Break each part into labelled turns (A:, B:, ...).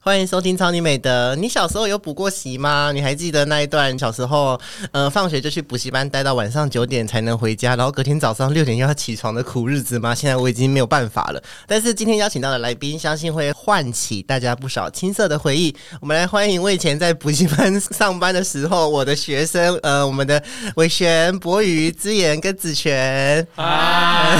A: 欢迎收听超你美德。你小时候有补过习吗？你还记得那一段小时候，呃，放学就去补习班待到晚上九点才能回家，然后隔天早上六点又要起床的苦日子吗？现在我已经没有办法了。但是今天邀请到的来宾，相信会唤起大家不少青涩的回忆。我们来欢迎我以前在补习班上班的时候，我的学生，呃，我们的伟璇、博宇、之言跟子璇。
B: 啊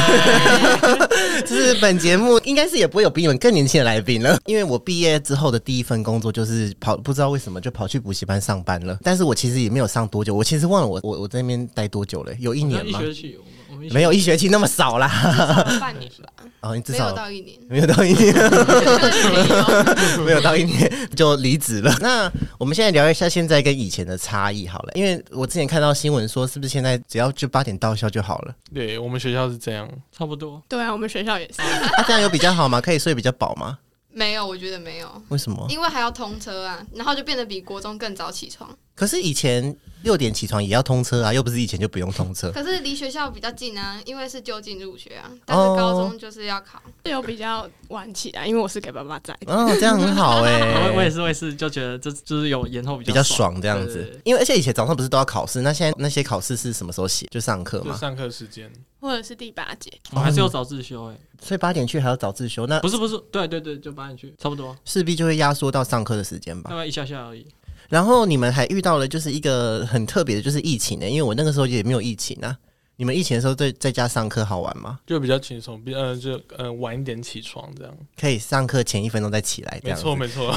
A: 就是本节目应该是也不会有比你们更年轻的来宾了，因为我毕业之后的第一份工作就是跑，不知道为什么就跑去补习班上班了。但是我其实也没有上多久，我其实忘了我我我在那边待多久了，有一年
B: 一
A: 吗？
B: 学期，我们我们一学
A: 没有一学期那么少啦，
C: 半年吧，
A: 哦， 你至
C: 没
A: 少
C: 有到一年。
A: 没有到一年，
C: 没
A: 没有到一年就离职 了。那我们现在聊一下现在跟以前的差异好了，因为我之前看到新闻说，是不是现在只要就八点到校就好了？
D: 对我们学校是这样，
B: 差不多。
C: 对啊，我们学校也是。
A: 那、这样有比较好吗？可以睡比较饱吗？
C: 没有，我觉得没有，
A: 为什么？
C: 因为还要通车啊，然后就变得比国中更早起床。
A: 可是以前六点起床也要通车啊，又不是以前就不用通车。
C: 可是离学校比较近啊，因为是就近入学啊，但
A: 哦
C: 是高中就是要考。
E: 是有比较晚起来，因为我是给爸爸载的。
A: 哦，这样很好哎、
B: 我我也是，我也是，就觉得这就是有延后比
A: 比
B: 较
A: 较爽这样
B: 对对
A: 子
B: 对。
A: 因为而且以前早上不是都要考试，那现在那些考试是什么时候写？就上课
D: 就
A: 嘛，
D: 上课时间。
E: 或者是第八节，
B: 我还是
A: 嗯
B: 有早自修哎、
A: 所以八点去还要早自修，那
B: 不是不是，对对对，就八点去，差不多，
A: 势必就会压缩到上课的时间吧
B: 大。概一下下而已。
A: 然后你们还遇到了就是一个很特别的，就是疫情呢、欸因为我那个时候也没有疫情啊。你们疫情的时候在在家上课好玩吗？
D: 就比较轻松，比呃就呃晚一点起床这样。
A: 可以上课前一分钟再起来，这
D: 没
A: 样子
D: 错没错，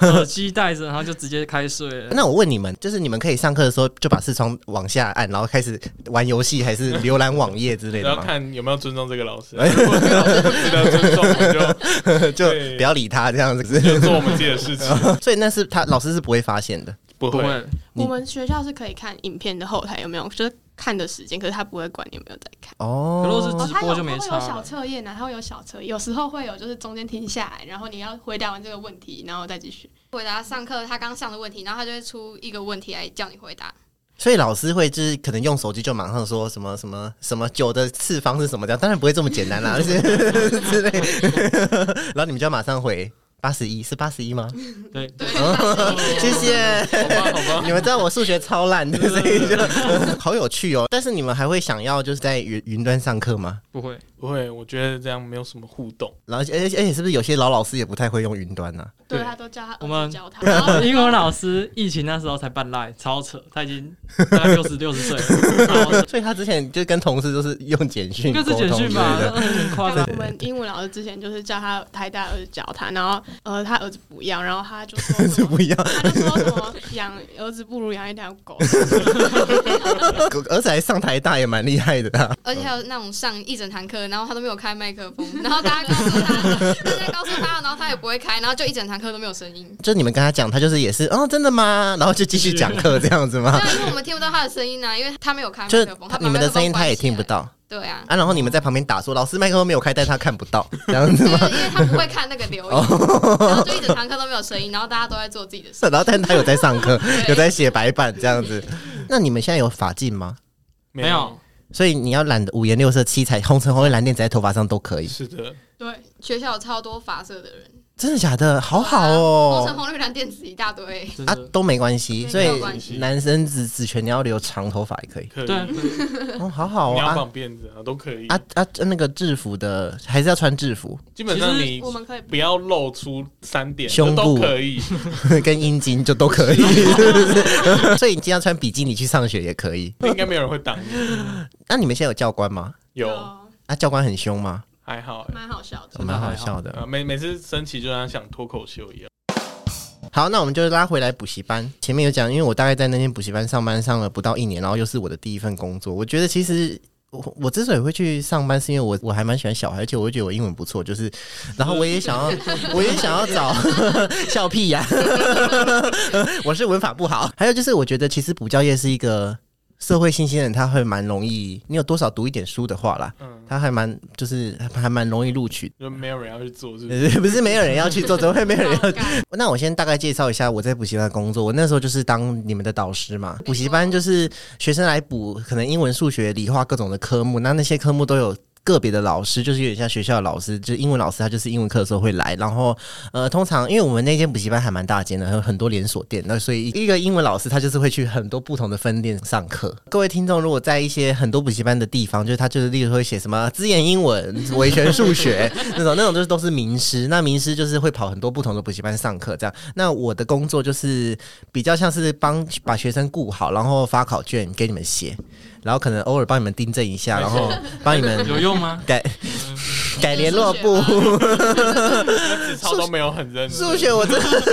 B: 耳机戴着，然后就直接开睡了。
A: 那我问你们，就是你们可以上课的时候就把视窗往下按，然后开始玩游戏，还是浏览网页之类的
D: 然后
A: 吗？哎
D: 看有没有尊重这个老师。如果这个老师不值得尊重，我
A: 就
D: 对
A: 不要理他这样子。
D: 就就做我们自己的 事情，
A: 所以那是他老师是不会发现的。
D: 不
B: 不
D: 会。
B: 会，
A: 你
E: 我们学校是可以看影片的后台有没有，就是看的时间，可是他不会管你有没有在看。
A: 哦
B: 可若是
E: 哦，
B: 直
E: 他
B: 播
E: 有
B: 就没
E: 他
B: 差
E: 会有小
B: 了。
E: 测验啊，他会有小测验，有时候会有就是中间停下来，然后你要回答完这个问题，然后再继续。
C: 回答上课他刚上的问题，然后他就会出一个问题来叫你回答。
A: 所以老师会就是可能用手机就马上说什么什么什么酒的次方是什么这样，当然不会这么简单啦，就是 之类。然后你们就要马上回八十一，是八十一吗？
B: 对，
A: 哦
C: 对，
A: 谢谢。
B: 好吧好吧，
A: 你们知道我数学超烂的，所以就 好有趣哦。但是你们还会想要就是在云云端上课吗？
B: 不会，
D: 不会，我觉得这样没有什么互动。
A: 然后而且而且是不是有些老老师也不太会用云端呢、啊
E: 对
B: 对
E: 他都叫他
B: 我
E: 儿
B: 们
E: 子教他，然后
B: 英文老师疫情那时候才办赖，超扯，他已经大概六十六十岁了， 超扯
A: 所以他之前就跟同事都是用简讯
B: 应
A: 沟
B: 该是
A: 通之类
B: 简讯吧，
A: 的。
B: 很夸张。
E: 我们英文老师之前就是叫他台大儿子教他，然后呃他儿子不要，然后他就说什
A: 是
E: 么
A: 不一样，
E: 他就说什么养儿子不如养一条狗，
A: 而且还上台大也蛮厉害的、啊。
C: 而且还有那种上一整堂课，然后他都没有开麦克 风，然后大家告诉他，大家告诉他，然后他也不会开，然后就一整堂课都没有声音。
A: 就你们跟他讲，他就是也是哦，真的吗？然后就继续讲课这样子
C: 对
A: 吗？
C: 啊，因为我们听不到他的声音啊，因为他没有开麦
A: 就是
C: 克风，他把
A: 你们的声音
C: 麦克风关
A: 他也
C: 起
A: 听不
C: 来。
A: 到
C: 对啊，
A: 啊，然后你们在旁边打说老师麦克风没有开，但他看不到这样子
C: 就
A: 吗？哦
C: 是因为他不会看那个留言，然后就一整堂课都没有声音，然后大家都在做自己的 事。
A: 然后但他有在上课，
C: 对
A: 有在写白板这样子。那你们现在有法镜吗？
B: 没有，，
A: 所以你要染的五颜六色、七彩、红橙黄绿蓝靛紫在头发上都可以，
D: 是的，
E: 对，
C: 学校有超多发色的人，
A: 真的假的？好好哦
C: 啊红。橙红绿蓝靛紫一大 堆。
B: 真
A: 啊
B: 的，
A: 都没关系，
C: 对
A: 所
C: 没有关
A: 以
D: 系
A: 男生子子权你要留长头发也 可以。
D: 可以。
B: 对，
A: 哦，好好
D: 你
A: 哦
D: 要
A: 啊
D: 绑辫子啊，都可以。
A: 啊啊！那个制服的还是要穿制服，
D: 基本上
B: 其实
D: 你
E: 我们可以不
D: 不要露出三点，
A: 胸部
D: 都可以。
A: 跟阴茎就都 可以，是不是？所以你今天要穿比基尼去上学也可以。
D: 应该没有人会挡你。
A: 那你们现在有教官吗？
D: 有，
A: 啊，教官很凶吗？
D: 还好欸。
A: 啊
E: 蛮好笑的。
B: 真的
A: 蛮
B: 还好
A: 好笑的。
D: 啊，每每次升旗就像想脱口秀一样。
A: 好，那我们就拉回来补习班。前面有讲，因为我大概在那间补习班上班上了不到一年，然后又是我的第一份工作。我觉得其实我我之所以会去上班，是因为我我还蛮喜欢小孩，而且我会觉得我英文不错，就是，然后我也想要，我也想要找笑屁呀、 我是文法不好。还有就是，我觉得其实补教业是一个。社会新鲜人他会蛮容易，你有多少读一点书的话啦，
D: 嗯，
A: 他还蛮就是还蛮容易录取
D: 就没有人要去做，是不是？
A: 的，不是没有人要去做，怎么会没有人要
C: 爆肝
A: 那我先大概介绍一下我在补习班的工作。我那时候就是当你们的导师嘛，
C: 错
A: 补习班就是学生来补，可能英文、数学、理化各种的科目，那那些科目都有。个别的老师，就是有点像学校的老师，就是英文老师，他就是英文课的时候会来。然后呃，通常因为我们那间补习班还蛮大间的，还有很多连锁店，那所以一个英文老师他就是会去很多不同的分店上课。各位听众如果在一些很多补习班的地方，就是他就是例如会写什么资源英文、 维权数学 那种，那种就是都是名师。那名师就是会跑很多不同的补习班上课这样。那我的工作就是比较像是帮把学生顾好，然后发考卷给你们写，然后可能偶尔帮你们订正一下，然后帮你 们
B: 有用吗？
A: 改改联络簿。
D: 只抄都没有很认真。
A: 呃数学我真的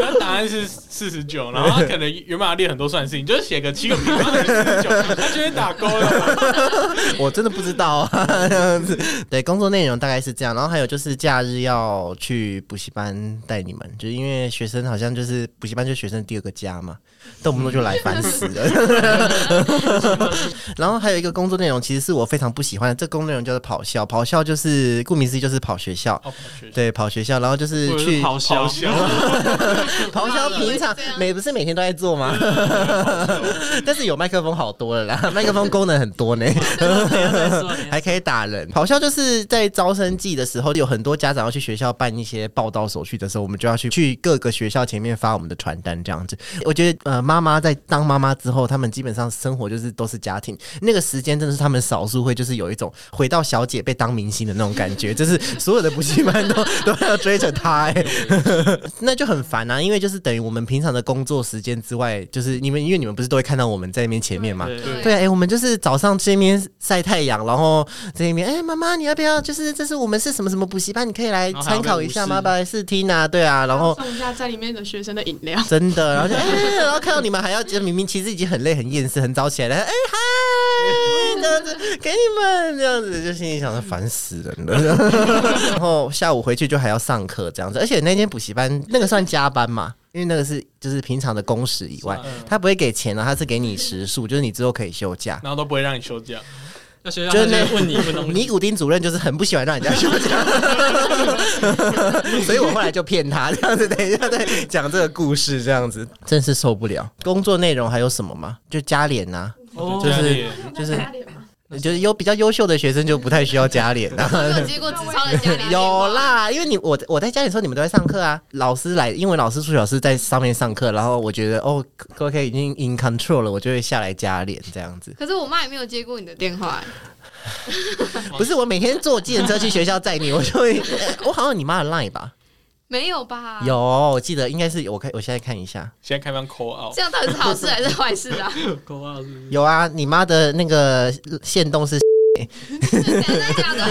D: 然后答案是四十九，然后他可能原本要列很多算式，你就写个七个平方等于四十九，他就会打勾了。
A: 我真的不知道啊， 这样子。对，工作内容大概是这样，然后还有就是假日要去补习班带你们，就是因为学生好像就是补习班就是学生第二个家嘛，动不动就来烦死了。然后还有一个工作内容，其实是我非常不喜欢的，这工作内容叫做跑校。跑校就是顾名思义就是跑学校，
D: 哦，跑学校
A: 对，跑学校，然后就是
B: 或者
A: 去
B: 是咆哮
D: 咆，哮
A: 咆哮平常
C: 这样
A: 每不是每天都在做 吗？但是有麦克风好多了啦，麦克风功能很多呢，
B: 等一下再说等一下
A: 还可以打人。咆哮就是在招生季的时候，有很多家长要去学校办一些报到手续的时候，我们就要去去各个学校前面发我们的传单这样子。我觉得呃，妈妈在当妈妈之后，他们基本上生活就是都是家庭，那个时间真的是他们少数会就是有一种回到小姐被当明星的那种感 觉，就是所有的补习班都 都要追着她、欸， 那就很烦啊，因为就是等于我们平常的工作时间之外，就是你们因为你们不是都会看到我们在那边前面嘛。
B: 对
D: 对
A: 对啊，哎、我们就是早上这边晒太阳，然后这边哎，妈、妈，你要不要？就是这是我们是什么什么补习班，你可以来
D: 然后还
A: 参
D: 要
A: 考
D: 被
A: 一
D: 无
A: 下
D: 视
A: 吗？拜试听啊，对啊，然后
E: 送一下在里面的学生的饮料。
A: 真的， 然后就哎、然后看到你们还要，就明明其实已经很累、很厌世、很早起来了，哎、嗨，这样子给你们这样子，就心里想着烦死人了。 然后下午回去就还要上课这样子，而且那间补习班那个算加班嘛，因为那个是就是平常的工时以外
D: 是啊，
A: 他不会给钱啊，他是给你时数，就是你之后可以休假。
D: 然后都不会让你休假，
B: 要学校
A: 就是
B: 他
A: 那
B: 就问你问东
A: 尼
B: 西，
A: 古丁主任就是很不喜欢让人家休 假，所以我后来就骗他这样子。等一下再讲这个故事，这样子真是受不了。工作内容还有什么吗？就加脸呐、
B: 哦
A: 就是
D: 家里
A: 就是就是有比较优秀的学生就不太需要加脸啊。
C: 你有接过直超的家里
A: 有，啦，因为你我我在家里的时候，你们都在上课啊。老师来，英文老师、数学老师在上面上课，然后我觉得哦，OK 已经 in control 了，我就会下来加脸这样子。
C: 可是我妈也没有接过你的电话、欸
A: 不是我每天坐计程车去学校载你，我就 会、我好像有你妈的 line 吧。
C: 没有吧？
E: 啊
A: 有，我记得应该是有我看，我现在看一下，
D: 现在开放 call out，
C: 这样到底是好事还是坏事 啊？
B: 狗啊是不是
A: 有啊，你妈的那个线动是，
C: 谁在讲的？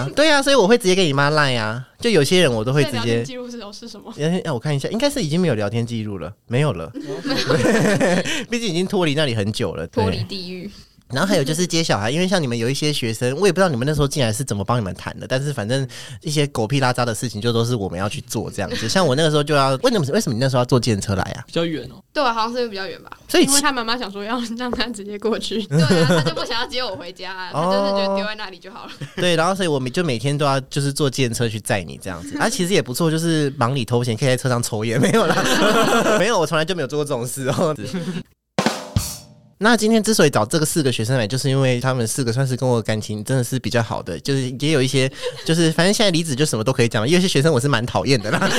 A: 啊对啊，所以我会直接给你妈赖啊，就有些人我都会
E: 在
A: 直
E: 聊
A: 接
E: 天。记录是有是什么？
A: 哎，让我看一下，应该是已经没有聊天记录了，没有了， 毕竟已经脱离那里很久了。
C: 脱离
A: 对。
C: 地狱，
A: 然后还有就是接小孩，因为像你们有一些学生，我也不知道你们那时候进来是怎么帮你们谈的，但是反正一些狗屁拉渣的事情就都是我们要去做这样子。像我那个时候就要，为什么为什么你那时候要坐电车来啊？
B: 比较远哦，
C: 对我好像是因为比较远吧？
A: 所以
E: 因为他妈妈想说要让他直接过去，
C: 对啊，她就不想要接我回家、啊，她就是觉
A: 哦
C: 得丢在那里就好了。
A: 对，然后所以我们就每天都要就是坐电车去载你这样子，啊，其实也不错，就是忙里偷闲，可以在车上抽烟，没有啦， 没有，我从来就没有做过这种事哦。 那今天之所以找这个四个学生来，就是因为他们四个算是跟我感情真的是比较好的，就是也有一些，就是反正现在离职就什么都可以讲，有些学生我是蛮讨厌的啦，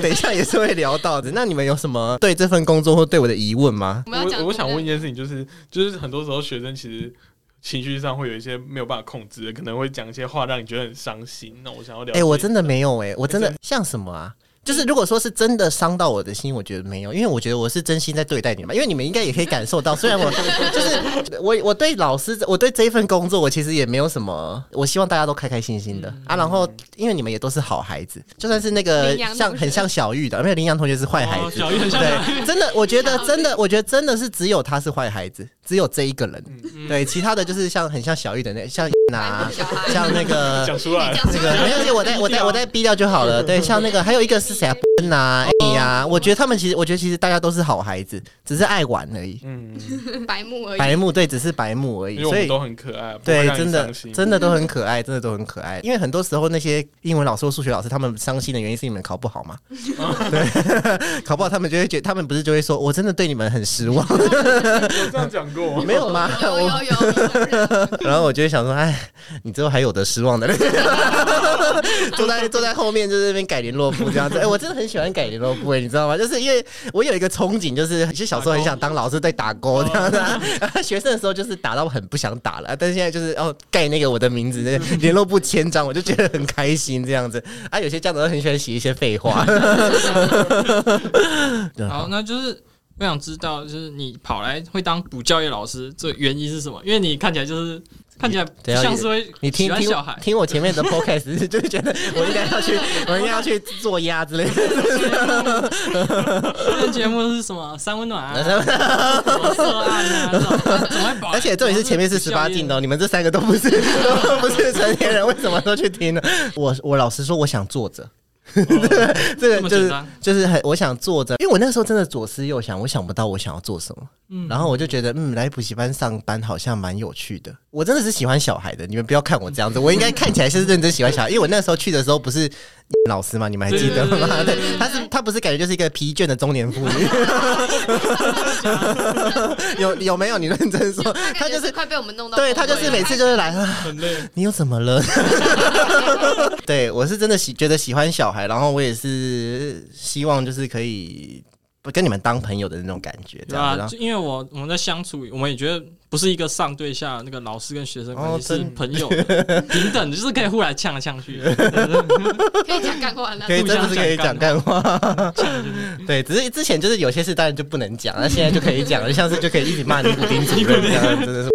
A: 等一下也是会聊到的。那你们有什么对这份工作或对我的疑问吗？
C: 我们要讲，
D: 我我想问一件事情，就是就是很多时候学生其实情绪上会有一些没有办法控制的，可能会讲一些话让你觉得很伤心。那我想要了
A: 哎、
D: 解，
A: 我真的没有哎、我真的
D: 真
A: 像什么啊？就是如果说是真的伤到我的心，我觉得没有，因为我觉得我是真心在对待你们，因为你们应该也可以感受到，虽 然我就是我我对老师，我对这一份工作，我其实也没有什么，我希望大家都开开心心的、
B: 嗯
A: 啊。然后因为你们也都是好孩子，就算是那个
E: 羚羊
A: 像
E: 同学
A: 很像小玉的，没有羚羊同学是坏孩
B: 哦
A: 子，
B: 小玉很像小
A: 对，真的，我觉得真的，我觉得真的是只有他是坏孩子，只有这一个人，
B: 嗯
A: 对，其他的就是像很像小玉的那 像啊，
C: 小孩，
A: 像那个
D: 讲出来
C: 你，讲
A: 那
C: 出
A: 个
C: 来
A: 没有，我在我在我在逼掉就好了。对，像那个还有一个是谁啊？笨啊，A 呀，我觉得他们其实，我觉得其实大家都是好孩子，只是爱玩而已。
D: 嗯，
C: 白目而已。
A: 白目对，只是白目而
D: 因
A: 已，
D: 为我
A: 所
D: 们
A: 以
D: 都很可爱，不会
A: 对，
D: 让你
A: 真的
D: 伤心
A: 真的都很可爱，真的都很可爱。因为很多时候那些英文老师或数学老师，他们伤心的原因是你们考不好 嘛？对， 考不好他们就会觉得，他们不是就会说，我真的对你们很失望，
D: 有这样讲过
A: 没有啊 吗？
C: 有有有，
A: 然后我就会想说，哎，你之后还有得失望的嘞。 坐在坐在后面就是那边改联络部这样子，哎、我真的很喜欢改联络部、哎，你知道吗？就是因为我有一个憧憬，就是其实小时候很想当老师，在打勾这样子、啊。
B: 哦
A: 学生的时候就是打到很不想打了，但是现在就是哦盖那个我的名字，那个联络部签章，我就觉得很开心这样子。啊，有些家长都很喜欢写一些废话。 对
B: 好，那就是我想知道，就是你跑来会当补教业老师，这原因是什么？因为你看起来就是看起来不像 是会
A: 你
B: 喜
A: 听
B: 欢
A: 听
B: 小孩，
A: 听我前面的 podcast，就觉得我应该要去，我应该要去做鸭之类的。
B: 这节目是什么？三温 暖啊，色案啊，这种怎么会跑来？
A: 而且重点是前面是十八禁的、哦，你们这三个都不是 都不是成年人，为什么都去听呢？我我老实说，我想坐着。 这
B: 这
A: 个
B: 么
A: 就
B: 简
A: 是
B: 单？
A: 就是很我想坐着，因为我那时候真的左思右想，我想不到我想要做什么，
B: 嗯
A: 然后我就觉得嗯，来补习班上班好像蛮有趣的。我真的是喜欢小孩的，你们不要看我这样子，我应该看起来是认真喜欢小孩，因为我那时候去的时候不是 老师嘛，你们还记得吗？
C: 对对对 对
A: 对，他是他不是感觉就是一个疲倦的中年妇女， 有有没有？你认真说，他
C: 他
A: 就是
C: 快被我们弄到崩溃
A: 对
C: 了，
A: 他就是每次 就是来啊，
D: 很累。
A: 你又怎么了？ 对我是真的喜觉得喜欢小孩，然后我也是希望就是可以不跟你们当朋友的那种感觉，这
B: 对
A: 样
B: 啊
A: 子。然，后
B: 就因为我我们在相处，我们也觉得不是一个上对下那个老师跟学
A: 哦
B: 生关系，是
A: 真
B: 朋友 的平等，就是可以互来呛来呛去，
C: 哎可以讲干话 了
A: 可。以真的是可以讲干话，
B: 呛 就是
A: 对，只是之前就是有些事当然就不能讲，那现在就可以讲了，像是就可以一直骂尼古丁主任这样，真的是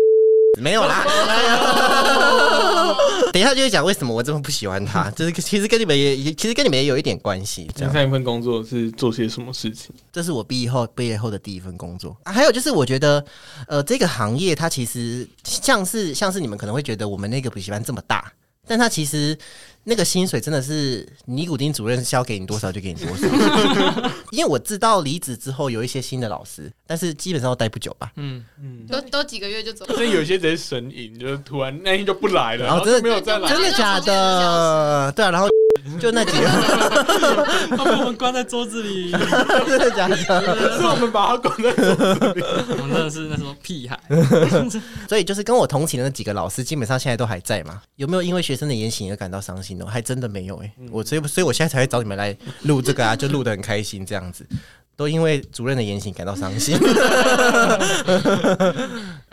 A: 没有 啦。哎呀等一下就会讲为什么我这么不喜欢他，就是其实跟你们也也其实跟你们也有一点关系，这
D: 你
A: 样。
D: 上一份工作是做些什么事情？
A: 这是我毕业后毕业后的第一份工作、啊还有就是，我觉得，呃，这个行业它其实像是像是你们可能会觉得我们那个补习班这么大，但它其实那个薪水真的是尼古丁主任交给你多少就给你多少。 因为我知道离职之后有一些新的老师，但是基本上都待不久吧。
B: 嗯，
D: 嗯，
C: 都都几个月就走了，
D: 所以有些直接神隐，就是突然那天就不来了，
A: 然
D: 然
A: 后
D: 后
A: 真的
D: 就没有再来。
A: 真的假的？对啊，然后就那几个，
B: 他把我们关在桌子里，
A: 真的假的？
D: 是我们把他关在
B: 我们真的是那时候屁孩，
A: 所以就是跟我同寝的那几个老师，基本上现在都还在嘛。有没有因为学生的言行而感到伤心的？还真的没有哎、我所以所以我现在才会找你们来录这个啊， 就录得很开心这样子。都因为主任的言行感到伤心。
D: 哎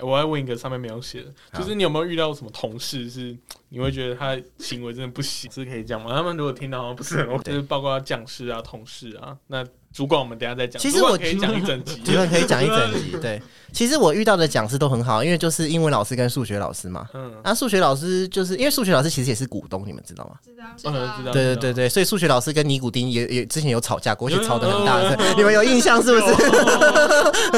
D: 我要问一个上面没有写的，就是你有没有遇到什么同事是你会觉得他行为真的不行，是可以讲吗？他们如果听到好像不是很 OK，
A: 对
D: 就是包括讲师啊、同事啊，那主管我们等一下再讲。
A: 其实
D: 主管
A: 我
D: 可以讲一 整集，
A: 主任可以讲一整集。对，其实我遇到的讲师都很好，因为就是英文老师跟数学老师嘛。
D: 嗯，
A: 那、数学老师就是因为数学老师其实也是股东，你们知道吗？
C: 知道
D: 我可能知道。
A: 对对对对，所以数学老师跟尼古丁也也之前哦有吵架过，而且吵得很大声，你们有印象是不是？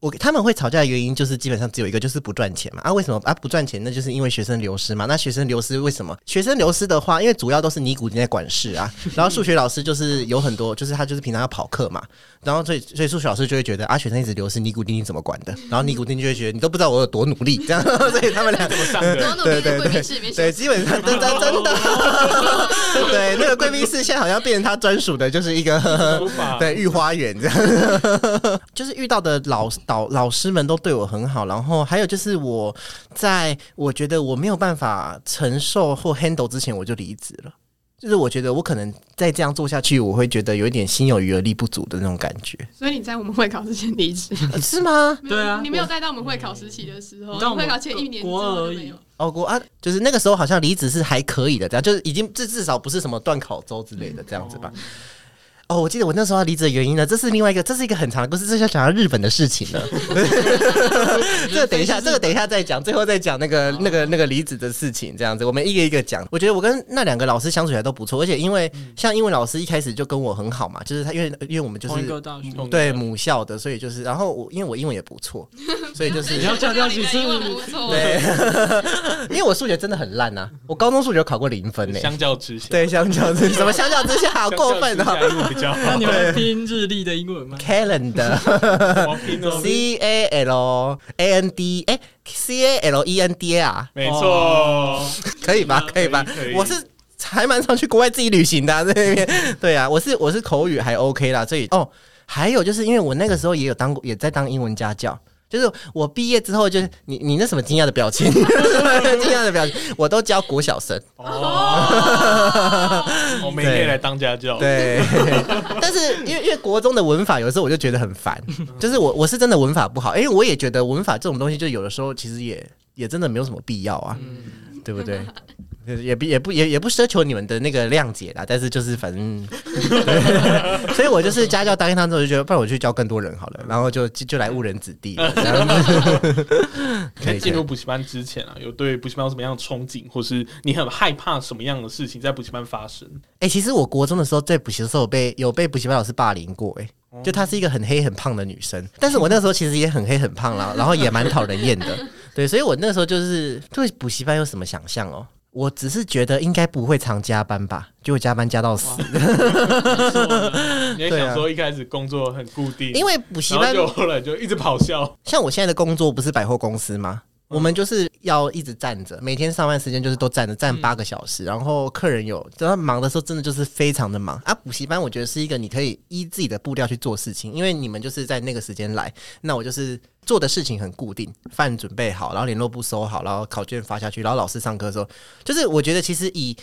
A: 我他们会吵架的原因就是基本上只有一个，就是不赚钱嘛。啊，为什么啊不赚钱？那就是因为学生流失嘛。那学生流失为什么？学生流失的话，因为主要都是尼古丁在管事啊，然后数学老师就是有很多，就是他就是平常要跑课嘛，然后所以所以数学老师就会觉得啊学生一直流失，尼古丁你怎么管的？然后尼古丁就会觉得你都不知道我有多努力，这样， 所以他们俩
D: 怎么上的？
C: 多努力的贵宾室里面
A: 对，
C: 写，
A: 基本上真 真真的，对，那个贵宾室现在好像变成他专属的，就是一个
D: 无法
A: 对御花园这样。啊 就是遇到的老导老师们都对我很好，然后还有就是我在我觉得我没有办法承受或 handle 之前，我就离职了。就是我觉得我可能再这样做下去，我会觉得有一点心有余而力不足的那种感觉，
E: 所以你在我们会考之前离 职，
A: 呃 是吗？
B: 对啊
E: 你没有带到我们会考时期的时候，
B: 你知道我
E: 会
B: 们
E: 考前一年之
B: 国二
E: 后
B: 而
E: 就
B: 已
E: 没有。
A: 哦，我啊，就是那个时候好像离职是还可以的，这样就是已经至至少不是什么断考周之
B: 嗯
A: 类的这样子吧。哦，我记得我那时候要离职的原因呢，这是另外一个，这是一个很长的故事，这是要讲到日本的事 情了。这个等一下，这个等一下再讲，最后再讲那个、
B: 哦
A: 那个那个离职的事情，这样子，我们一个一个讲。我觉得我跟那两个老师相处起来都不错，而且因为
B: 嗯
A: 像英文老师一开始就跟我很好嘛，就是他因为因为我们就是
B: 同一个大学，
D: 同一个
A: 对母校的，所以就是，然后我因为我英文也不错，所以 就是
D: 你要强调几次
C: 英文不 错，
A: 对， 因为我数学真的很烂呐、我高中数学考过零分呢、
D: 相较之下，
A: 对，相较之 什么相较之下，好过分
D: 相
A: 哦、
D: 较之下路比 较
B: 那
D: 好。
B: 你们拼日历的英文 吗？
A: Calendar
D: 我拼哦
A: C A L A N D 哎、C A L E N D A 啊，
D: 没错，
A: 可以吧？可
D: 啊可以
A: 以吧
D: 可以？
A: 我是还蛮常去国外自己旅行的啊、在那边。 对啊，我是我是口语还 OK 啦，所以哦，还有就是因为我那个时候也有当过，也在当英文家教。就是我毕业之后，就是你你那什么惊讶的表情， 惊讶的表情，我都教国小生。
D: 哦，我们也可以来当家教。
A: 对， 但是因为因为国中的文法，有时候我就觉得很烦，就是我我是真的文法不好，因为我也觉得文法这种东西，就有的时候其实也也真的没有什么必要啊，对不对？ 就是也不也不也也不奢求你们的那个谅解啦，但是就是反正， 对 所以我就是家教答应他之后，就觉得不然我去教更多人好了，然后就就就来误人子弟了，这样子 可
D: 在
A: 以
D: 哎进
A: 可
D: 入
A: 以。
D: 补习班之前啊，有对补习班有什么样的憧憬，或是你很害怕什么样的事情在补习班发 生？
A: 哎、其实我国中的时候在补习的时候有被有被补习班老师霸凌过、欸，
D: 哦
A: 就她是一个很黑很胖的女生，但是我那时候其实也很黑很胖啦，然后也蛮讨人厌的，对，所以我那时候就是对补习班有什么想象哦。我只是觉得应该不会常加班吧，结果加班加到死，
D: 你也想说一开始工作很固定，
A: 啊因为补习
D: 然后
A: 班
D: 就后来就一直跑校，
A: 像我现在的工作不是百货公司吗？我们就是要一直站着，每天上班时间就是都站着，站八个小时。然后客人有，只要忙的时候，真的就是非常的忙啊。补习班我觉得是一个你可以依自己的步调去做事情，因为你们就是在那个时间来，那我就是做的事情很固定，饭准备好，然后联络簿收好，然后考卷发下去，然后老师上课的时候，就是我觉得其实以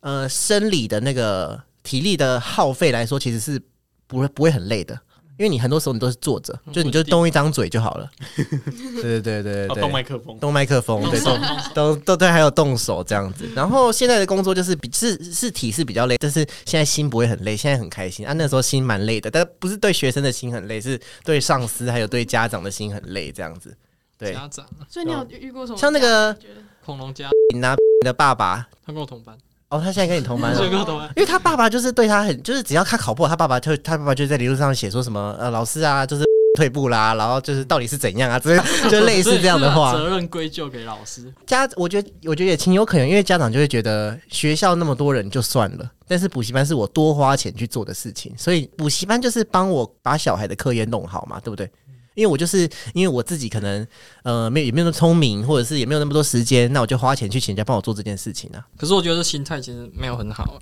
A: 呃生理的那个体力的耗费来说，其实是不会不会很累的，因为你很多时候你都是坐着，就你就动一张嘴就好了。 对对对对
D: 哦
A: 对
D: 动麦
A: 对。
D: 克风，
A: 动麦克风，对，动
B: 哦
A: 都都对，还有动手这样子。然后现在的工作就是比是是体是比较累，但是现在心不会很累，现在很开心啊。那时候心蛮累的，但不是对学生的心很累，是对上司还有对家长的心很累这样子。对，
B: 家长啊
E: 所以你有遇过什么？
A: 像那个
E: 觉得
B: 恐龙家，
A: 你拿你的爸爸
B: 他跟我同班，
A: 哦，他现在跟你同班
B: 所以
A: 了。
B: 跟我同班。
A: 因为他爸爸就是对他很，就是只要他考不好，他爸爸就他爸爸就在理论上写说什么呃老师啊，就是退步啦，然后就是到底是怎样啊，之类 就类似这样的
B: 所以
A: 话
B: 是。把责任归咎给老师。
A: 家我觉得我觉得也情有可原，因为家长就会觉得学校那么多人就算了，但是补习班是我多花钱去做的事情，所以补习班就是帮我把小孩的课业弄好嘛，对不对？因为我就是因为我自己可能呃没有也没有那么聪明，或者是也没有那么多时间，那我就花钱去请人家帮我做这件事情啊。
B: 可是我觉得这心态其实没有很好啊，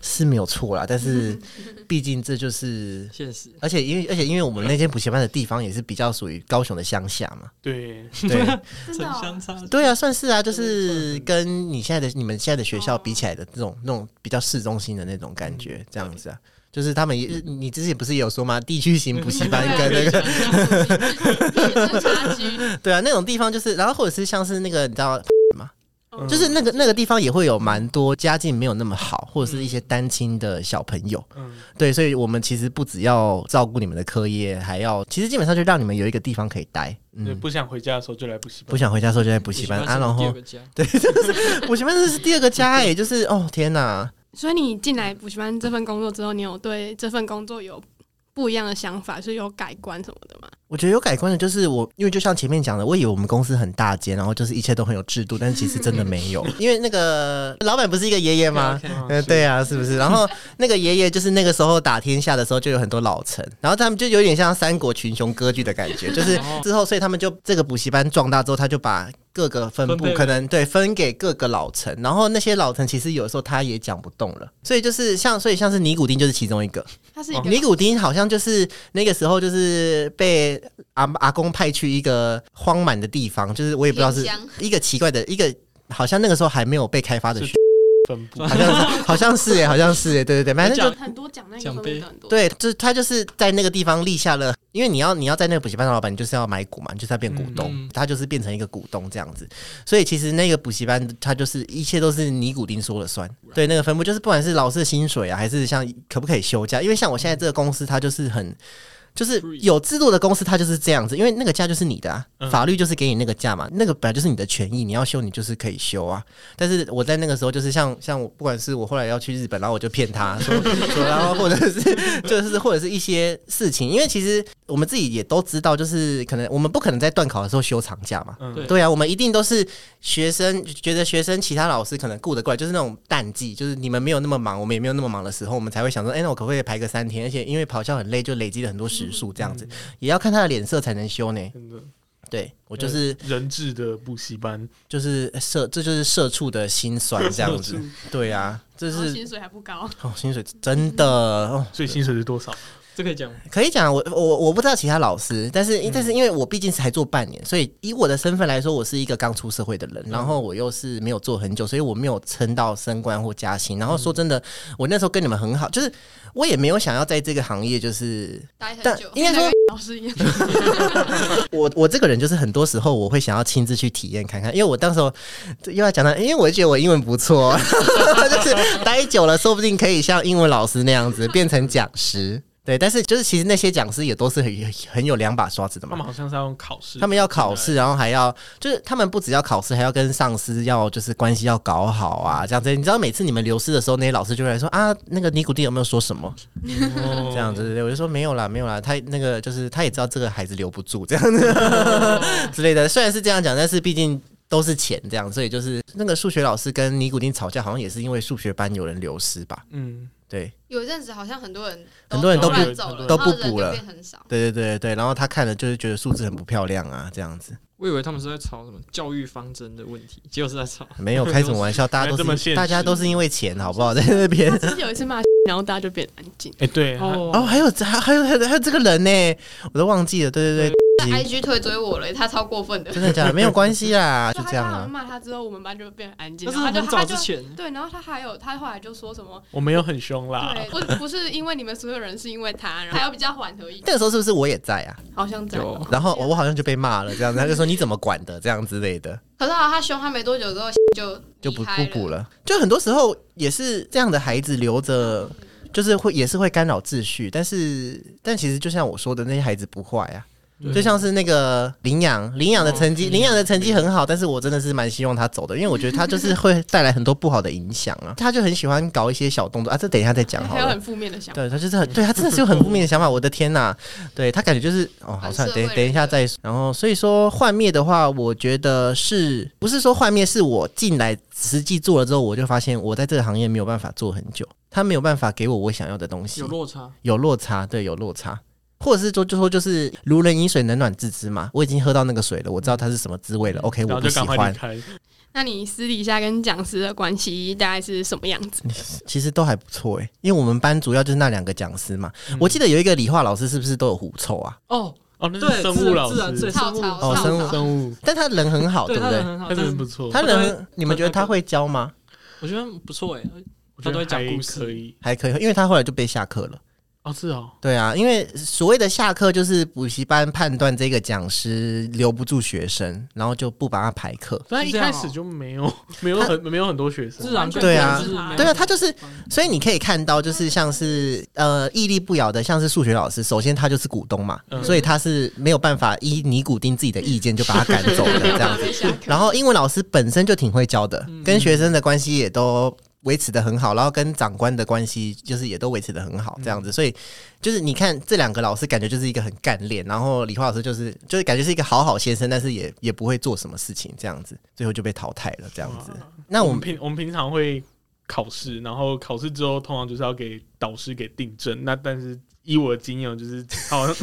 A: 是没有错啦，但是毕竟这就是，
B: 现实。
A: 而且因为而且因为我们那间补习班的地方也是比较属于高雄的乡下嘛，
D: 对，
A: 对
E: 真
B: 城
E: 的哦
B: 乡差距。
A: 对啊，算是啊，就是跟你现在的你们现在的学校比起来的这种那种比较市中心的那种感觉，这样子啊。就是他们也，你之前不是也有说吗？地区型补习班跟那个，
C: 差距，
A: 对啊，那种地方就是，然后或者是像是那个，你知道吗？
E: 嗯
A: 就是那个那个地方也会有蛮多家境没有那么好，或者是一些单亲的小朋友，
D: 嗯，
A: 对，所以我们其实不只要照顾你们的课业，还要其实基本上就让你们有一个地方可以待。
D: 对，
A: 嗯，
D: 不想回家的时候就来补习
A: 不
D: 班，
A: 想回家的时候就在补
B: 补
A: 习班啊，
B: 是
A: 然
B: 第二
A: 后
B: 个家，
A: 补习班这是第二个家哎、就是哦天哪，
E: 所以你进来补习班这份工作之后，你有对这份工作有不一样的想法，是有改观什么的吗？
A: 我觉得有改观的就是我，因为就像前面讲的，我以为我们公司很大间，然后就是一切都很有制度，但是其实真的没 有，因为那个老板不是一个爷爷吗？
B: OK，OK
D: 嗯
A: 呃，对啊，是不是？然后那个爷爷就是那个时候打天下的时候，就有很多老臣，然后他们就有点像三国群雄割据的感觉， 就是
B: 哦
A: 之后，所以他们就这个补习班壮大之后，他就把各个分部
B: 分配
A: 可能对分给各个老臣，然后那些老臣其实有时候他也讲不动了，所以就是像，所以像是尼古丁就是其中一个，
E: 它是一个
A: 尼古丁好像就是那个时候就是被阿阿公派去一个荒蛮的地方，就是我也不知道是
C: 偏乡
A: 一个奇怪的一个，好像那个时候还没有被开发的
D: 是
A: 区，
D: 分 部
A: 好像是好像是哎，好像是哎，对对对，反正就
B: 讲
E: 很多奖那个
B: 奖
E: 方
B: 杯
E: 面的很多，
A: 对，就是他就是在那个地方立下了，因为你要你要在那个补习班的老板，你就是要买股嘛，你就是要变股东，
B: 嗯嗯
A: 他就是变成一个股东这样子。所以其实那个补习班，他就是一切都是尼古丁说了算。对，那个分部就是不管是老师的薪水啊，还是像可不可以休假，因为像我现在这个公司，它就是很。就是有制度的公司，它就是这样子，因为那个价就是你的啊，
D: 嗯
A: 法律就是给你那个价嘛，那个本来就是你的权益，你要休你就是可以休啊。但是我在那个时候就是像像我，不管是我后来要去日本，然后我就骗他说说，然后或者是就是或者是一些事情，因为其实我们自己也都知道，就是可能我们不可能在断考的时候休长假嘛，
D: 嗯
B: 对
A: 对啊，我们一定都是学生觉得学生其他老师可能顾得过来，就是那种淡季，就是你们没有那么忙，我们也没有那么忙的时候，我们才会想说，哎、那我可不可以排个三天？而且因为咆哮很累，就累积了很多时数，这
D: 嗯
A: 样子、也要看他的脸色才能休呢。
D: 真的，
A: 对我就是
D: 人质的补习班，
A: 就是呃社，这就是社畜的心酸这样子。对啊，这
E: 然后
A: 是
E: 薪水还不高，
A: 哦，薪水真的哦，
D: 所以薪水是多少？
B: 这可以讲吗？
A: 可以讲，我我我不知道其他老师，但是但是因为我毕竟才做半年，所以以我的身份来说，我是一个刚出社会的人，然后我又是没有做很久，所以我没有撑到升官或加薪。然后说真的，我那时候跟你们很好，就是我也没有想要在这个行业，就是
C: 待很
A: 但
C: 久。
A: 应该说
E: 老师一样，
A: 我我这个人就是很多时候我会想要亲自去体验看看，因为我当时候这又要讲到，因为我觉得我英文不错， 就是待久了，说不定可以像英文老师那样子变成讲师。对，但是就是其实那些讲师也都是很有很有两把刷子的
D: 他
A: 嘛
D: 们，好像是要用考试，
A: 他们要考试，然后还要就是他们不只要考试，还要跟上司要就是关系要搞好啊，这样子。你知道每次你们流失的时候，那些老师就会来说啊，那个尼古丁有没有说什么？
D: 哦
A: 这样子，对对我就说没有啦，没有啦，他那个就是他也知道这个孩子留不住这样子之类的。虽然是这样讲，但是毕竟都是钱这样，所以就是那个数学老师跟尼古丁吵架，好像也是因为数学班有人流失吧？
D: 嗯，
A: 对，
C: 有一阵子好像很多人
A: 很多人
D: 都
C: 都
D: 不
C: 突然走了，
A: 都不
C: 然后人
A: 补
C: 就
A: 了
C: 变很少。
A: 对对对对，然后他看了就是觉得数字很不漂亮啊，这样子
B: 我以为他们是在吵什么教育方针的问题，结果是在吵
A: 没有开什么玩笑，大家
D: 原来这
A: 都
D: 么
A: 是
D: 现
A: 大家
D: 实
A: 都是因为钱好不 好？在那边
E: 之前有一次骂，然后大家就变安静。
D: 哎，对，他
A: 哦，还有这还还有还有还有这个人呢、我都忘记了。对 对对，
C: 在 IG 推追我了，他超过分的。
A: 真的假的？没有关系啦，就
E: 他
A: 这样
E: 好像
A: 啊。
E: 骂他之后，我们班就变安静，
B: 那
E: 然
B: 是
E: 后他就
B: 很
E: 他
B: 早
E: 就
B: 之前，
E: 对，然后他还有他后来就说什么，
D: 我没有很凶啦，
E: 对，不不是因为你们所有人，是因为他，然后还有比较缓和一点，
A: 那个时候是不是我也在啊？
E: 好像这样
B: 有。
A: 然后我好像就被骂了，这样子，他就说你怎么管的，这样之类的，
C: 可是好像他凶他没多久之后就
A: 就不不
C: 离开
A: 补
C: 了。
A: 了。就很多时候也是这样的孩子留着，就是会也是会干扰秩序，但是但其实就像我说的，那些孩子不坏啊。
D: 对
A: 就像是那个领养，领养的成绩，
D: 哦
A: 领养的成绩很好，但是我真的是蛮希望他走的，因为我觉得他就是会带来很多不好的影响啊。他就很喜欢搞一些小动作啊，这等一下再讲好
E: 还有
A: 了。
E: 很负面的想法，
A: 对他就是很对他真的是有很负面的想法，我的天呐，对他感觉就是哦，好
C: 很
A: 算
C: 社
A: 等
C: 会
A: 等一
C: 人
A: 下
C: 格
A: 再说。然后所以说幻灭的话，我觉得是不是说幻灭是我进来实际做了之后，我就发现我在这个行业没有办法做很久，他没有办法给我我想要的东西
B: 有，落差，
A: 有落差，对，有落差。或者是说，就说就是如人饮水，冷暖自知嘛。我已经喝到那个水了，我知道它是什么滋味了。OK，
D: 嗯然
A: 我
D: 后
A: 不
D: 就
A: 喜
D: 赶快
A: 欢
D: 离。开，
E: 那你私底下跟讲师的关系大概是什么样子？
A: 其实都还不错诶、欸因为我们班主要就是那两个讲师嘛。
D: 嗯
A: 我记得有一个理化老师，是不是都有狐臭啊？
B: 哦，
D: 哦，那
B: 对，
D: 是生
B: 自
D: 物
B: 然
D: 老
B: 自然
D: 师
B: 对，
C: 草
B: 生物
C: 草
A: 哦
C: 草
A: 生物
C: 草
D: 生物，
A: 但他人很好，哦对
B: 对
A: 不
B: 他
A: 对
B: 人？很好，
D: 他
B: 但是
D: 人不错，
A: 他
B: 我
A: 人
B: 都，
A: 你们觉得他会教吗？
B: 我觉得不错哎，
A: 嗯
D: 我觉
B: 他都
D: 得
B: 会讲
D: 还
B: 故事
D: 可以
A: 还可以，因为他后来就被下课了。
D: 哦，是哦，
A: 对啊，因为所谓的下课就是补习班判断这个讲师留不住学生，然后就不把他排课。
D: 但一
B: 是这样
D: 开
B: 哦
D: 始就没有 没有很没有很多学生
B: 自，然就
A: 对啊
B: 就是没有
A: 对啊，他就是，所以你可以看到，就是像是呃屹立不摇的，像是数学老师，首先他就是股东嘛，
D: 嗯
A: 所以他是没有办法依尼古丁自己的意见就把他赶走的这样子。然后英文老师本身就挺会教的，
D: 嗯
A: 跟学生的关系也都维持的很好，然后跟长官的关系就是也都维持的很好，这
D: 嗯
A: 样子。所以就是你看这两个老师，感觉就是一个很干练，然后理化老师就是就是感觉是一个好好先生，但是也也不会做什么事情，这样子，最后就被淘汰了，这样子。那
D: 我
A: 我们
D: 们平我们平常会考试，然后考试之后通常就是要给导师给订正。那但是以我的经验，就是 好像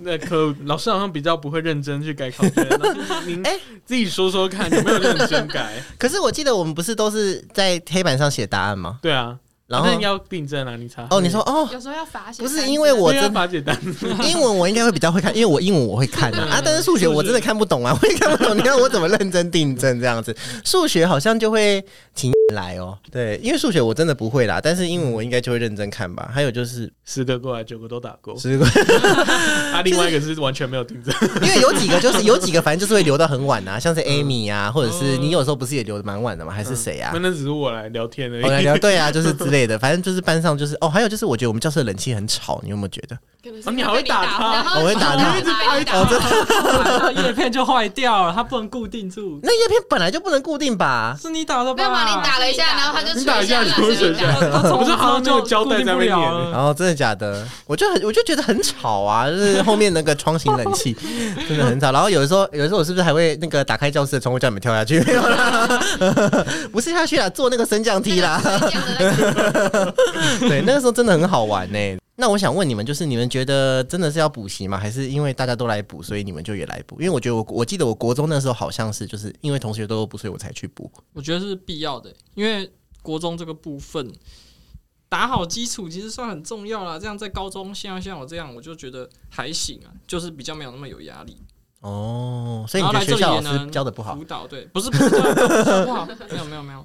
D: 那科老师好像比较不会认真去改考 卷。那您
A: 哎
D: 自己说说看，有没有认真改？
A: 可是我记得我们不是都是在黑板上写答案吗？
D: 对啊，
A: 然后
D: 但要订正啊，你才
A: 哦，你说哦，
E: 有时候要罚写
A: 不
E: 单
A: 是
E: 字啊，
A: 因为 我
D: 对啊
A: 真
D: 把简单
A: 英文我应该会比较会看，因为我英文我会看啊，啊，但是数学 我真的看不懂啊，我也看不懂，你让我怎么认真订正这样子？数学好像就会请来哦。对，因为数学我真的不会啦，但是英文我应该就会认真看吧。还有就是
D: 十个过来九个都打勾，
A: 十个，
D: 啊，另外一个是完全没有订正，
A: 因为有几个就是有几个， 反正就是会留到很晚啊，像是 Amy 啊，或者是你有时候不是也留的蛮晚的吗？还是谁 啊
D: 那？那只是我来聊天而
A: 我来
D: 已。
A: 聊对啊，就是之类的，反正就是班上就是哦，还有就是我觉得我们教室的冷气很吵，你有没有觉得？
E: 可能
D: 啊
E: 是
D: 你好会打他
C: 然后
A: 我会打他
C: 然后他一
A: 哦
C: 打他
B: 然后叶片就坏掉了，它不能固定住。
A: 那叶片本来就不能固定吧？
B: 是你打的
C: 没
B: 吧？
C: 有嘛？你打了一下，然后他就
D: 你打一下
C: 垂
D: 你
C: 下
D: 就
C: 来
D: 会垂下
E: 啊
C: 然
D: 来，
C: 后
A: 哦
B: 它
D: 我
B: 从
D: 是好像那个胶带在那边粘
B: 固定不了
D: 欸
B: 了
A: 然后真的假的？我就很我就觉得很吵啊，就是后面那个窗型冷气真的很吵。然后有的时候有的时候我是不是还会那个打开教室的窗户叫你们跳下去？没 有啦，不是下去啦，坐那个升降梯 啦。
C: 这样的
A: 对，那个时候真的很好玩呢、那我想问你们，就是你们觉得真的是要补习吗？还是因为大家都来补，所以你们就也来补？因为我觉得我我记得我国中那时候好像是就是因为同学都有补，所以我才去补。
B: 我觉得是必要的，因为国中这个部分打好基础其实算很重要啦。这样在高中像像我这样，我就觉得还行啊，就是比较没有那么有压力。
A: 哦，所以
B: 然
A: 你
B: 后
A: 觉得学
B: 来这里
A: 校
B: 也
A: 老师
B: 能
A: 教的不好，
B: 辅导对， 不是不是教不好，没有没有没有，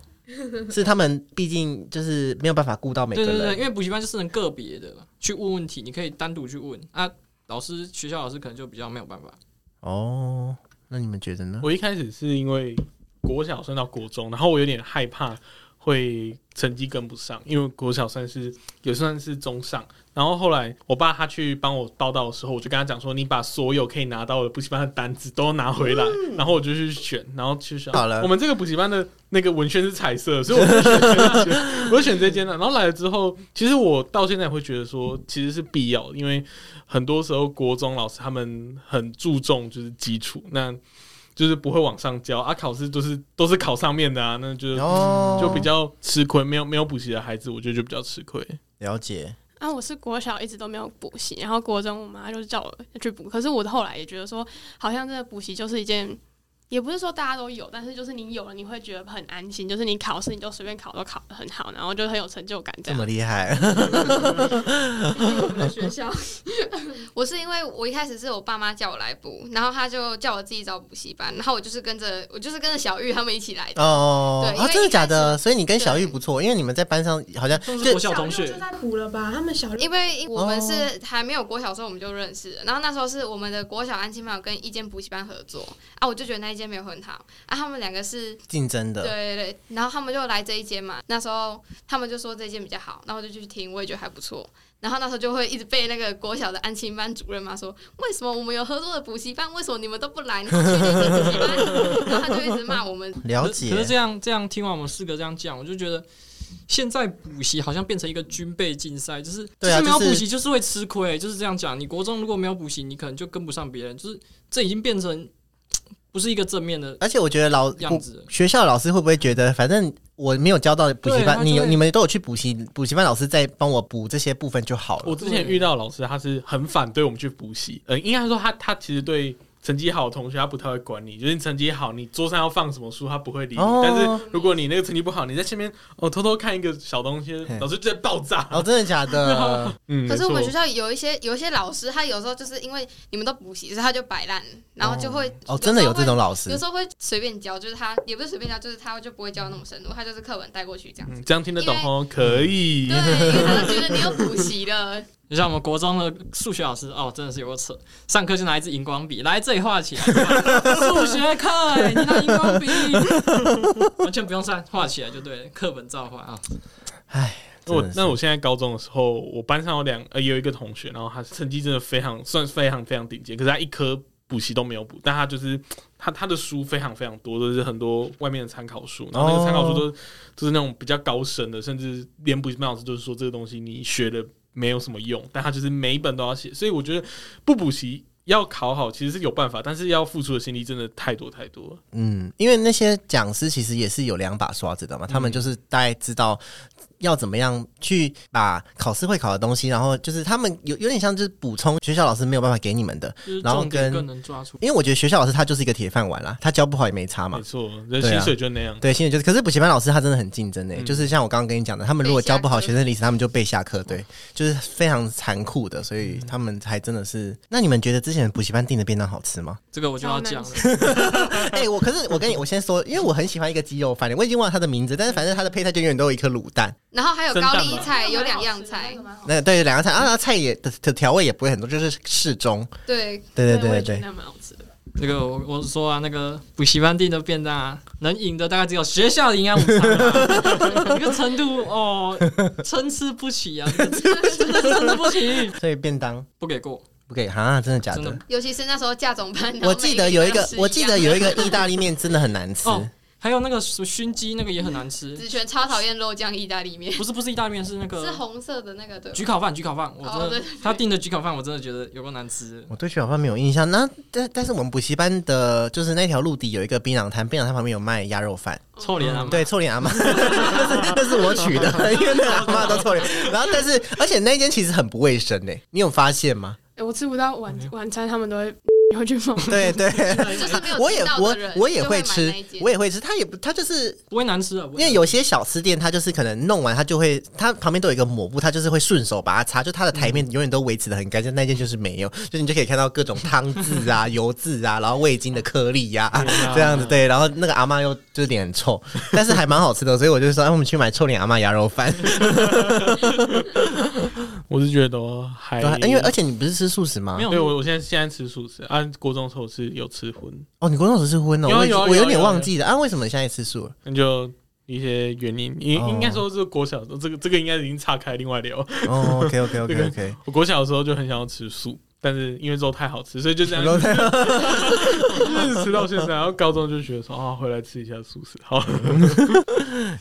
A: 是他们毕竟就是没有办法顾到每个
B: 对
A: 人。
B: 对对，因为补习班就是能个别的去问问题，你可以单独去问啊。老师学校老师可能就比较没有办法。
A: 哦，那你们觉得呢？
D: 我一开始是因为国小升到国中，然后我有点害怕会成绩跟不上，因为国小算是也算是中上。然后后来我爸他去帮我报到的时候，我就跟他讲说：“你把所有可以拿到的补习班的单子都拿回来。然后我就去选，然后去选。
A: 嗯好了
D: 我们这个补习班的那个文宣是彩色的，所以我就选这间， 我就选这间了。然后来了之后，其实我到现在会觉得说，其实是必要的，因为很多时候国中老师他们很注重就是基础，那就是不会往上教啊，考试都是都是考上面的啊，那就是、
A: 哦
D: 就比较吃亏，没有没有补习的孩子，我觉得就比较吃亏。
A: 了解，
E: 啊，我是国小一直都没有补习，然后国中我妈就是叫我去补，可是我后来也觉得说，好像真的补习就是一件，也不是说大家都有，但是就是你有了，你会觉得很安心，就是你考试你就随便考都考得很好，然后就很有成就感这
A: 这
E: 样
A: 么。厉 害，
C: 我们的学校，我是因为我一开始是我爸妈叫我来补，然后他就叫我自己找补习班，然后我就是跟着我就是跟着小玉他们一起来的。
A: 哦，
C: 对因
A: 啊，
C: 为
A: 真的
C: 一开
A: 假的？
C: 始
A: 所以你跟小玉不错，因为你们在班上好像
B: 都是
A: 就
B: 国小同学，
F: 在补了吧？他们小
C: 因为我们是还没有国小的时候我们就认识了，然后那时候是我们的国小安亲班有跟一间补习班合作啊，我就觉得那一间没有很好啊，他们两个是
A: 竞争
C: 对
A: 的，
C: 对对，然后他们就来这一间嘛，那时候他们就说这一间比较好，然后我就去听，我也觉得还不错。然后那时候就会一直被那个国小的安亲班主任嘛说，为什么我们有合作的补习班，为什么你们都不来？你们去另一间补习班，然后他就一直骂我们。
A: 了
B: 可是可是这
A: 解。
B: 样这样听完我们四个这样讲，我就觉得现在补习好像变成一个军备竞赛，就是
A: 对啊
B: 就是没有
A: 就是
B: 补习就是会吃亏，就是这样讲。你国中如果没有补习，你可能就跟不上别人，就是这已经变成不是一个正面的
A: 而且我觉得老
B: 样子了。
A: 学校老师会不会觉得，反正我没有教到补习
B: 对他
A: 班，
B: 就
A: 你
B: 会
A: 你们都有去补习，补习班老师在帮我补这些部分就好
D: 我
A: 了。
D: 之前遇到的老师，他是很反对我们去补习，呃，应该说他他其实对。成绩好的同学，他不太会管你。就是你成绩好，你桌上要放什么书，他不会理你。
A: 哦
D: 但是如果你那个成绩不好，你在前面哦偷偷看一个小东西
A: 嘿，
D: 老师就在爆炸。
A: 哦，真的假 的？
B: 啊
D: 嗯，
C: 可是我们
D: 没
C: 学
D: 错
C: 校有一些有一些老师，他有时候就是因为你们都补习，所以他就摆烂，然后就会
A: 哦，真的有
C: 时候
A: 这
C: 会
A: 种老
C: 有
A: 师
C: 时候会随便教，就是他也不是随便教，就是他就不会教那么深入，他就是课本带过去这样子。
D: 嗯，这样听得懂哦，可以。
C: 对，因为他就觉得你有补习了，
B: 就像我们国中的数学老师，哦，真的是有个扯，上课就拿一支荧光笔来这里画起来，数学课、欸，你拿荧光笔， 完全不用算，画起来就对了，课本照画啊。
A: 真
D: 我
A: 的是
D: 那我现在高中的时候，我班上有两呃有一个同学，然后他成绩真的非常算是非常非常顶尖，可是他一科补习都没有补，但他就是他他的书非常非常多，都、是很多外面的参考书，然后那个参考书都、
A: 哦
D: 就是那种比较高深的，甚至连补习班老师都是说这个东西你学了没有什么用，但他就是每一本都要写，所以我觉得不补习。要考好其实是有办法，但是要付出的心力真的太多太多了。
A: 嗯，因为那些讲师其实也是有两把刷子的嘛，他
D: 嗯
A: 们就是大概知道要怎么样去把考试会考的东西，然后就是他们有有点像就是补充学校老师没有办法给你们的，
B: 就是
A: 然后
B: 重点
A: 跟
B: 更能抓出。
A: 因为我觉得学校老师他就是一个铁饭碗啦，他教不好也没差嘛
D: 没。错，人
A: 对啊
D: 薪水就那样。
A: 对，现在就是，可是补习班老师他真的很竞争诶、欸
D: 嗯
A: 就是像我刚刚跟你讲的，他们如果
C: 被下
A: 教不好
C: 课
A: 学生历史，
D: 嗯
A: 他们就被下课，对，就是非常残酷的，所以他们还真的是。那你们觉得之前补习班订的便当好吃吗？
B: 这个我就要讲了。
A: 哎、我可是我跟你我先说，因为我很喜欢一个鸡肉饭，我已经忘了它的名字，但是反正它的配菜就永远都有一颗卤蛋。
C: 然后还有
D: 生
C: 高
D: 蛋
C: 丽
D: 吧
C: 菜，有两样 菜，
A: 那对两个菜啊，菜也的的调味也不会很多，就是适中。
C: 对，
A: 对对对对对，
E: 那蛮好吃的。
B: 这个我我说啊，那个补习班订的便当啊，能赢的大概只有学校的营养午餐、啊，一个程度哦，参差不齐啊， 这个真的是参差不齐，
A: 所以便当
B: 不给过。
A: 不给哈，真的假的？
B: 真的
C: 尤其是那时候驾总班，然后
A: 我记得有一个
C: 每，
A: 我记得
C: 人
A: 有一个意大利面真的很难吃，
B: 哦还有那个什么熏鸡，那个也很难吃
C: 都，子璇超讨厌肉酱意大利面，
B: 不是不是意大利面，是那
C: 是
B: 个
C: 红色的那个对吧，
B: 焗烤饭，焗烤饭，我
C: 哦
B: 真
C: 对
B: 的他订的焗烤饭，我真的觉得有够难吃。
A: 我对雪小饭没有印象。那但但是我们补习班的，就是那条路底有一个槟榔摊，槟榔摊旁边有卖鸭肉饭，
B: 臭脸
D: 嗯
B: 啊，
A: 对，臭脸阿妈， 那是我取的，因为那个阿妈都臭脸。然后但是，而且那间其实很不卫生呢、欸你有发现吗？
E: 哎，我吃不到晚晚餐，他们都会 会去买。
A: 对对，
C: 就是没有
A: 我也
C: 吃到
A: 我
C: 的人
A: 我也
C: 就
A: 会
C: 买
A: 吃
C: 那一，间
A: 我也会吃，它也不它就是
B: 不会难吃啊，不会
A: 因为有些小吃店，它就是可能弄完，它就会，它旁边都有一个抹布，它就是会顺手把它擦，就它的台面永远都维持的很干净。那件就是没有，就你就可以看到各种汤渍啊、油渍啊，然后味精的颗粒呀、
B: 嗯
D: 啊
A: 这样子对。然后那个阿妈又就是脸很臭，但是还蛮好吃的，所以我就说，哎，我们去买臭脸阿妈鸭肉饭。
D: 我是觉得哦还
A: 对啊 因为而且你不是吃素食吗
B: 没？
D: 对
B: 有
D: 我我现在现在吃素食，按国中的时候吃有吃荤，
A: 哦，你国中时是荤哦，
D: 有啊
A: 我已
D: 有啊
A: 我
D: 有啊
A: 有点
D: 有啊
A: 忘记了啊，为什么你现在吃素了？
D: 那就一些原因，应
A: 哦
D: 应该说是国小的时候这个这个应该已经岔开另外聊。
A: 哦，OK OK OK OK，
D: 我国小的时候就很想要吃素，但是因为肉太好吃，所以就这样
A: 然后再
D: 一直吃到现在。然后高中就觉得说啊，回来吃一下素食，好，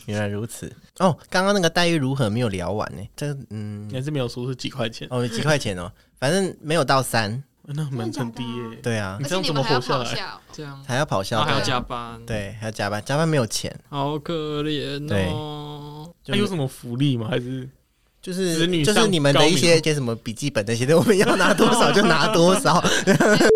A: 原来如此哦，刚刚那个待遇如何没有聊完呢？这个嗯，
D: 还是没有说是几块钱，
A: 哦，几块钱哦， 反正没有到三，
D: 那蛮很低耶、
A: 对啊
D: 你这
C: 而且
D: 样
C: 你
D: 怎
C: 们
D: 么
C: 还要
D: 活下
C: 跑
D: 来？
C: 校，
B: 这样，
A: 还要跑
B: 然
A: 校
B: 哦
D: 哦
B: 后还要
A: 的，
B: 加班，，
A: 对，还要加班，加班没有钱，
B: 好可怜哦。
A: 就
D: 那有什么福利吗？还是
A: 就
D: 子
A: 是
D: 女
A: 就
D: 上
A: 是你们的一
D: 高
A: 些
D: 明
A: 些什么笔记本那些的，我们要拿多少就 拿多少，
C: 那蛮好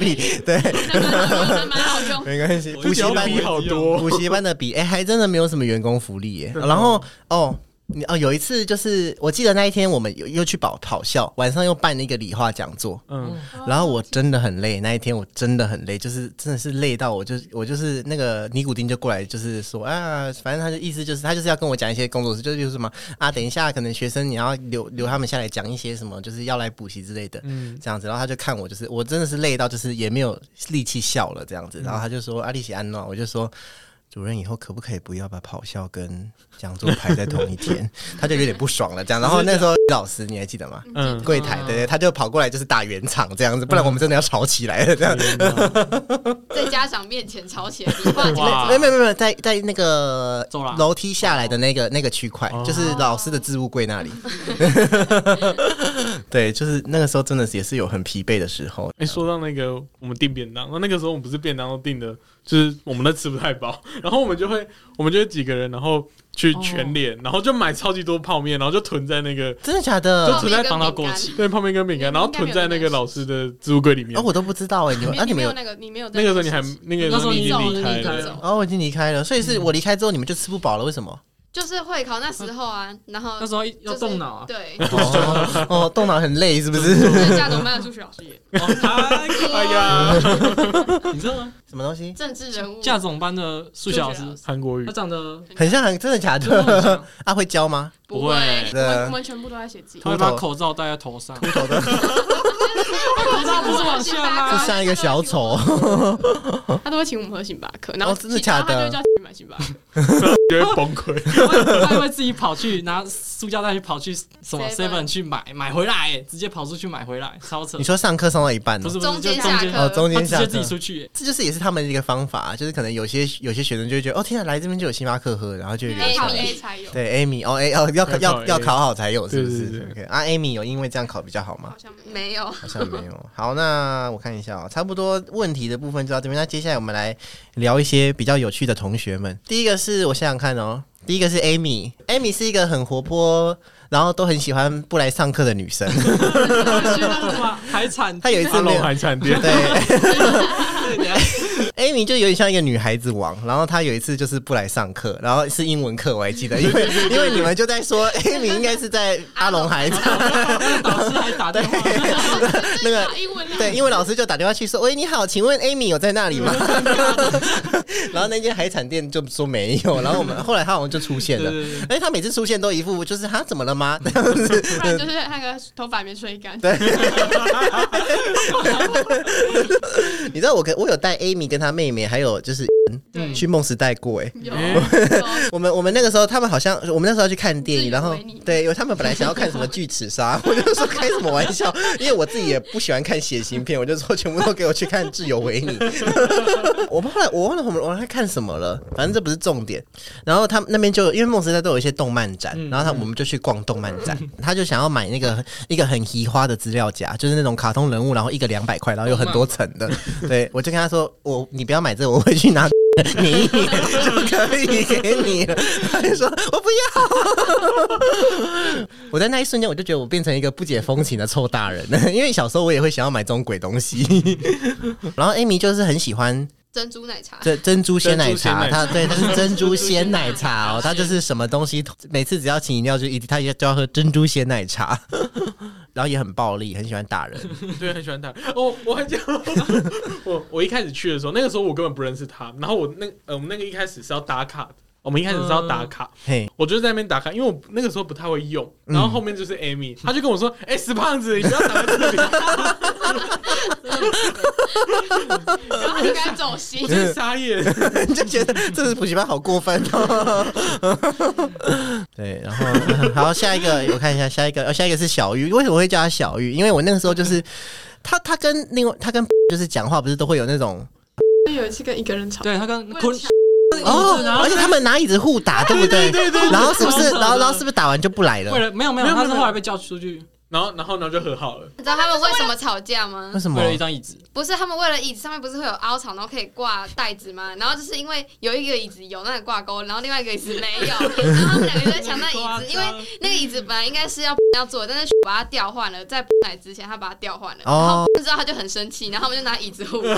C: 用。
A: 没关 系。
B: 我
A: 补习班
D: 比好多，啊
A: 补习班的比，哎、还真的没有什么员工福利耶。
D: 真的
A: 然后哦。你哦，有一次就是我记得那一天我们又又去跑跑校，晚上又办了一个理化讲座，
D: 嗯，
A: 然后我真的很累，那一天我真的很累，就是真的是累到我就我就是那个尼古丁就过来就是说啊，反正他的意思就是他就是要跟我讲一些工作事，就是就是什么啊，等一下可能学生你要留留他们下来讲一些什么，就是要来补习之类的，
D: 嗯
A: 这样子，然后他就看我就是我真的是累到就是也没有力气笑了这样子，然后他就说阿丽喜安诺，我就说。主任，以后可不可以不要把跑校跟讲座排在同一天？ 他就有点不爽了，这样。然后那时候 老师你还记得吗？
D: 嗯
A: 柜台，对对，他就跑过来就是打圆场这样子，不然我们真的要吵起来了这样。
D: 天哪
C: 在家长面前吵起来，你爸
D: 哇
A: 没有没有没有没有，在在那个
B: 走廊
A: 楼梯下来的那个那个区块，
D: 哦
A: 就是老师的置物柜那里。对，就是那个时候真的是也是有很疲惫的时候。
D: 哎、说到那个，我们订便当，那那个时候我们不是便当都订的，就是我们都吃不太饱， 然后我们就会，我们就会几个人，然后去全脸，然后就买超级多泡面，然后就囤在那个，
A: 真的假的
D: 就？存在
C: 跟
D: 防盗
C: 饼
D: 过
C: 干
D: 期，对，泡面跟饼干，然后囤在那个老师的置物柜里面
A: 哦，。我都不知道哎，你们啊你
E: 你
A: 们
E: 没
A: 有
E: 有那个，你没有
D: 那个时候你还，那个时候你已经离开
B: 那时候你已经
D: 了，
B: 走
A: 哦，我已经离开了，所以是我离开之后你们就吃不饱了，为什么？
C: 就是会考那时候啊，然后
B: 那时候要动脑啊，
C: 对，
A: 哦， 哦动脑很累是不是？
E: 家长班的数学老师也
B: 哦他
D: 哎呀，
B: 你知道吗？
A: 什么东西？
C: 政治人物，
B: 驾总班的数学老师
E: 数学老，
D: 韩国语
B: 他，长得
A: 很像，很真的假
B: 真的很
A: 的？
B: 像
A: 啊，会教吗？
B: 不会，
E: 我们我们全部都在写 字，
B: 他会把口罩戴在头上，
A: 秃头的，
B: 口罩不是往下
A: 就
B: 吗？
A: 像一个小丑。
E: 他都会请我们喝星巴克，然后
A: 哦真的假的
E: 然后他就叫你买星巴克，
D: 就会崩 溃。
B: 他会自己跑去拿塑胶袋去跑去什么
C: Seven
B: seven 去买，买回来直接跑出去买回来，超 扯
A: 你！说上课上到一半哦，
B: 不是不是，
C: 中
B: 就
C: 间
B: 中
C: 下
B: 间
C: 课
A: 哦，中
B: 他
A: 间
B: 直
A: 下
B: 接
A: 课
B: 自己出去，
A: 这就是也是他们的一个方法，就是可能有些有些学生就会觉得，哦，天啊，来这边就有星巴克喝，然后就会留
C: 嗯
E: 要
A: 下
C: 哎
E: 考
A: 来。
E: A 才有，
A: 对，Amy，哦，哎，哦，要考
D: 要
A: 要要
D: 考 A
A: 考好才有，是不是
D: 对对对
A: o k 啊，Amy 有因为这样考比较好吗
E: 好？像没有。
C: 没有，
A: 好像没有。 好，那我看一下哦，差不多问题的部分就到这边。那接下来我们来聊一些比较有趣的同学们。第一个是我想想看哦，第一个是 Amy，Amy 是一个很活泼，然后都很喜欢不来上课的女生。
B: 去那个什么海产
A: 她有一次没
D: 阿龙
A: 有
D: 海产店，
A: 对，
B: 你还
A: 艾米就有点像一个女孩子王，然后她有一次就是不来上课，然后是英文课，我还记得，因为因为你们就在说艾米应该是在阿龙还在
B: 老师还打 电话，
A: 那个
E: 打英文啊
A: 对，因为老师就打电话去说：“喂，你好，请问 Amy 有在那里吗？” 然后那间海产店就说没有，然后我们后来他好像就出现了
B: 对对对，
A: 哎，他每次出现都一副就是他怎么了吗？
E: 不然就是那个头发没吹干。
A: 你知道我跟我有带 Amy 跟她妹妹还有就是
B: 对
A: 去梦时代过哎、
E: 有
D: 嗯
E: 有
A: 我们我们那个时候他们好像我们那时候要去看电
E: 自
A: 影，
E: 以
A: 然后
E: 为你
A: 对，因为他们本来想要看什么《巨齿鲨》， 我就说开什么玩笑，因为我自己也不喜欢看血腥片，我就说全部都给我去看《挚友维尼》。 我后来我忘了我们我们在看什么了，反正这不是重点。然后他们那边就因为梦时代都有一些动漫展，然后他我们就去逛动漫展，他就想要买那个一个很奇花的资料夹，就是那种卡通人物，然后一个两百块，然后有很多层的。对我就跟他说，我你不要买这个，我回去拿 你就可以给你了。他就说我不要。我在那一瞬间我就觉得我变成一个不解风情的臭大人， 因为小时候我也会想要买这种鬼东西。 然后 Amy 就是很喜欢
C: 珍珠奶茶，
A: 珍 珍珠鲜奶茶，
D: 珍珠鲜奶茶
A: 它对它 是珍珠鲜奶茶哦，它就是什么东西，每次只要请饮料就一定，他也就要喝珍珠鲜奶茶， 然后也很暴力，很喜欢打人。
D: 对，很喜欢他。哦，我还讲， 我我一开始去的时候，那个时候我根本不认识他。然后我那呃，我们那个一开始是要打卡的，我们一开始是要打卡，
A: 嘿，
D: 我就在那边打卡，因为我那个时候不太会用。
A: 嗯
D: 然后后面就是 Amy，他就跟我说：“哎、死胖子，你不要打在这里。
E: 然后应该走”心
D: 我。真的傻眼。
A: 就觉得这是补习班好过分哦。对，然后好，下一个我看一下，下一个哦，下一个是小玉。为什么会叫她小玉？因为我那个时候就是他，他跟另外他跟就是讲话不是都会有那种
E: 就有一次跟一个人吵，
B: 对他跟
E: 我
B: 昆
E: 也
A: 哦
B: 然，后
A: 而且他们拿椅子互打，对不对？
D: 对对
A: 然后是不是？
B: 超扯的
A: 然后然后是不是打完就不来了
B: 为？了没有没有，
D: 没有
B: 他
D: 没
B: 是
D: 有
B: 后来被叫出去，
D: 然后然后呢就和好了。
C: 你知道他们为什么吵架吗
A: 为？什么
B: 为？了一张椅子，
C: 不是他们为了椅子上面不是会有凹槽，然后可以挂袋子吗？然后就是因为有一个椅子有那个挂钩，然后另外一个椅子没 有，然后他们两个就在抢那椅子，因为那个椅子本来应 该是要要坐，但是把它调换了，在来之前他把它调换了，然
A: 哦
C: 后知道他就很生气，然后他们就拿椅 子互打，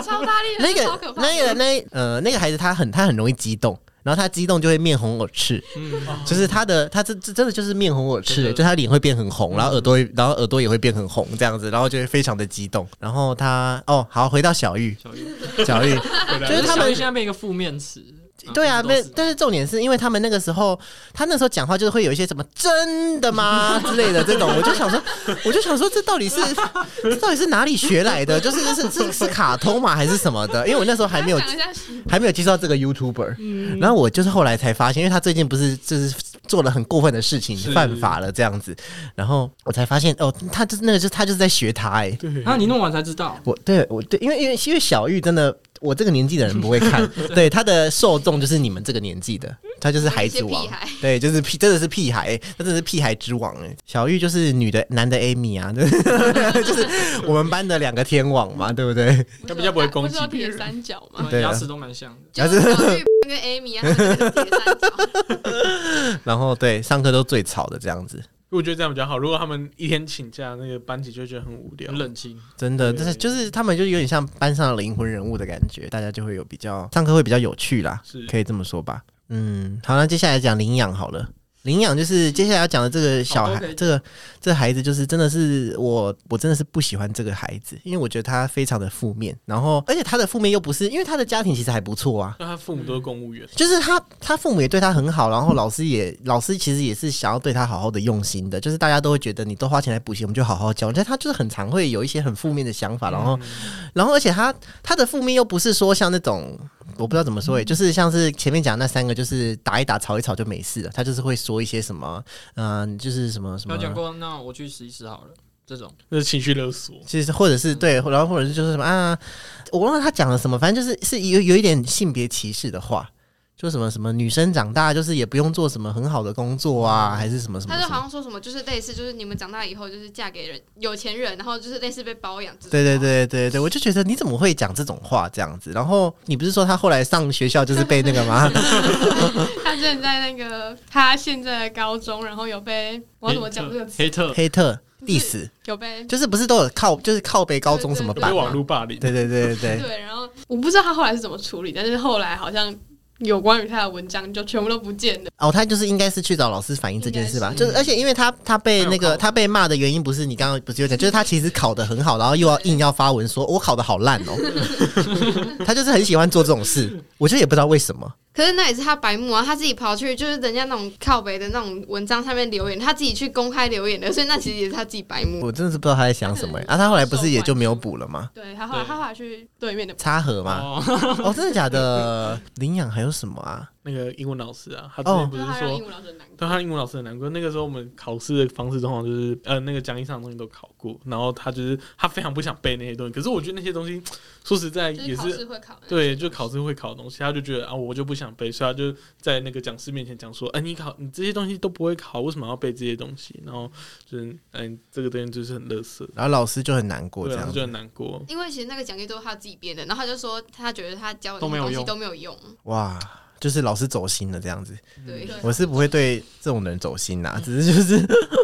C: 超大力的，
A: 那
C: 超
A: 个
C: 可怕的
A: 那个那呃那个孩子他很他很容易激动，然后他激动就会面红耳赤，
B: 嗯，
A: 就是他的他这这真的就是面红耳赤，
B: 真的
A: 就他脸会变很红，
B: 嗯
A: 然后耳朵会然后耳朵也会变很红这样子，然后就会非常的激动。然后他哦好回到小玉
B: 小玉，嗯
A: 小 玉，
D: 回来
A: 就是他们
B: 小玉现在被一个负面词，
A: 对啊，
B: 都
A: 那
B: 是
A: 但是重点是因为他们那个时候，他那时候讲话就是会有一些什么“真的吗”之类的这种，我就想说， 我就想说这到底是这到底是哪里学来的？就是是是是卡通嘛还是什么的？因为我那时候还没有
E: 想一下，
A: 还没有接触到这个 YouTuber，、然后
C: 嗯
A: 我就是后来才发现，因为他最近不是就是做了很过分的事情，
D: 是
A: 犯法了这样子，然后我才发现哦，他就是那个就是他就是在学他哎、
D: 对
B: 啊，你弄完才知道，
A: 我对我对，因为因为因为小玉真的，我这个年纪的人不会 看，对他的受众就是你们这个年纪的，他就是孩子
C: 一
A: 王
C: 些屁孩，
A: 对，就是屁，真的是屁孩，他真的是屁孩之王哎。小玉就是女的男的 Amy 啊，就是 就是我们班的两个天王嘛，对不对？
D: 他比较不会攻击
E: 不是有
D: 别
E: 铁
D: 人
E: 三角嘛，
B: 嗯
A: 对啊
B: 牙齿都蛮像的，
C: 就是小绿跟 Amy 啊，他们那个铁三角。
A: 然后对上课都最吵的这样子，
D: 我觉得这样比较好。如果他们一天请假，那个班级就会觉得很无聊
B: 很。冷清，
A: 真的，
D: 对
A: 但是就是他们就有点像班上的灵魂人物的感觉，大家就会有比较上课会比较有趣啦
D: 是，
A: 可以这么说吧。嗯，好，那接下来讲领养好了。领养就是接下来要讲的这个小
B: 好都
A: 孩
B: 可以，
A: 这个这孩子就是真的是我，我真的是不喜欢这个孩子，因为我觉得他非常的负面，然后而且他的负面又不是因为他的家庭其实还不错啊，
D: 那他父母都是公务员，
A: 就是他，他父母也对他很好，然后老师也，老师其实也是想要对他好好的用心的，就是大家都会觉得你都花钱来补习，我们就好好教。但他就是很常会有一些很负面的想
D: 嗯
A: 法，然后，然后而且他他的负面又不是说像那种我不知道怎么说诶，就是像是前面讲那三个，就是打一打、吵一吵就没事了，他就是会说一些什么，嗯、就是什么什么
B: 有。讲过，那我去试一试好了，这种
D: 那是情绪勒索。
A: 其实，或者是对，然后或者是就是什么啊，我忘了他讲了什么，反正就是是有有一点性别歧视的话，就什么什么女生长大就是也不用做什么很好的工作啊，还是什么什么
C: 他
A: 什
C: 就
A: 么
C: 好像说什么，就是类似，就是你们长大以后就是嫁给人有钱人，然后就是类似被包养。
A: 对对，对对对，我就觉得你怎么会讲这种话这样子？然后你不是说他后来上学校就是被那个吗？嗯
E: 他之前在那个他现在的高中，然后有被我要怎么讲这个词？啊
B: 黑特
A: 黑特 diss，
E: 有被
A: 就是不是都有靠就是靠背高中什么
E: 对
D: 有
A: 版
D: 被
A: 吗？
D: 网络霸凌，
A: 对对对对对，
E: 对，然后我不知道他后来是怎么处理，但是后来好像有关于他的文章就全部都不见了。
A: 哦，他就是应该是去找老师反映这件事吧，
E: 应该
A: 就是是而且因为他他被那
D: 他有
A: 个
D: 考
A: 他被骂的原因不是你刚刚不是有讲，就是他其实考的很好，然后又要硬要发文说我考的好烂哦， 他就是很喜欢做这种事，我就也不知道为什么，
C: 可是那也是他白目啊，他自己跑去就是人家那种靠北的那种文章上面留言，他自己去公开留言的，所以那其实也是他自己白目。
A: 我真的是不知道他在想什么、欸。啊，他后来不是也就没有补了吗？
E: 对他后来
D: 对
E: 他后来去对面的
A: 插盒吗？
B: 哦，
A: 哦，真的假的？领养还有什么啊？
D: 那个英文老师啊，他之
A: 哦
D: 前不是
E: 就是他让
D: 说
E: 英文老师很难过。
D: 对他英文老师很难过。那个时候我们考试的方式通常就是，呃，那个讲义上的东西都考过，然后他就是他非常不想背那些东西。可是我觉得那些东西，说实在
E: 就是
D: 也
E: 考
D: 是
E: 试会考的，
D: 对，就考试会考的东西，他就觉得啊，我就不想背，所以他就在那个讲师面前讲说，哎、你考你这些东西都不会考，为什么要背这些东西？然后就是，嗯、这个东西就是很垃圾，
A: 然后老师就很难过
D: 对
A: 这
D: 啊，
A: 样
D: 他就
A: 子。
D: 很难过。
C: 因为其实那个讲义都是他自己编的，然后他就说他觉得他教的
B: 都没有
C: 东西
B: 用
C: 都没有用，
A: 哇，就是老师走心了这样子。
B: 嗯
C: 对，
D: 啊
E: 对
A: 我是不会对这种人走心啦，只是就是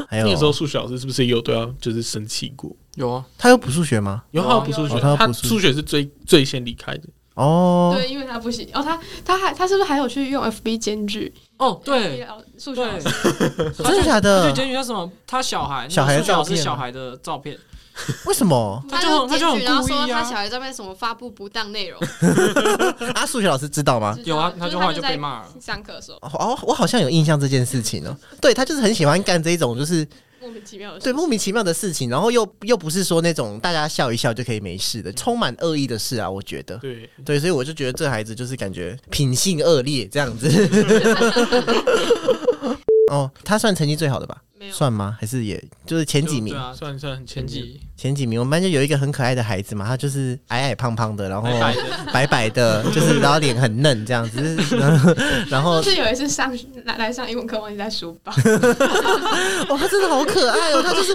A: 还有
D: 那个时候数学老师是不是也有对他就是生气过？
B: 有啊，
A: 他有补数学吗？
D: 有
B: 有
D: 他
B: 啊
D: 补数学，
A: 有啊
D: 他
A: 他补数学
D: 数学是最最先离开的。
A: 哦，
E: 对，因为他不行。哦，他他还他是不是还有去用 FB 检举？
B: 哦，对，
E: FB 老，数学老
B: 对
E: 师，
A: 真的假
B: 他
A: 的
B: 去？检举他什么？他小孩，
A: 小孩的
B: 那个数学老
A: 照
B: 师
A: 片啊
B: 小孩的照片，
A: 为什么？
B: 他就
C: 就
B: 很他
C: 检
B: 就很
C: 举，然后
B: 故
C: 说
B: 意
C: 他
B: 啊
C: 小。孩在面什么发布不当 内容，
A: 啊，数学老师知道吗？
B: 有啊，
E: 就是
B: 他
E: 他
B: 就后来就
E: 在
B: 被骂了。
E: 上课的时候
A: 哦，我好像有印象这件事情哦。对他就是很喜欢干这种，就是
E: 莫名其妙的事
A: 对莫名其妙的事情，然后又又不是说那种大家笑一笑就可以没事的，充满恶意的事啊，我觉得。
D: 对，
A: 嗯对，所以我就觉得这孩子就是感觉品性恶劣这 样子。哦，他算成绩最好的吧？
E: 没有。
A: 算吗？还是也就是前几
B: 就
A: 名
B: 对？啊，
D: 算算很前
B: 前
D: 几，
B: 几
A: 前几名，我们班就有一个很可爱的孩子嘛，他就是矮矮胖胖的，然后
B: 白白的，
A: 白白的，就是然后脸很嫩这样子， 然后
E: 就是有一次上来来上英文课，忘记带书 包，
A: 哇，他真的好可爱哦！他就是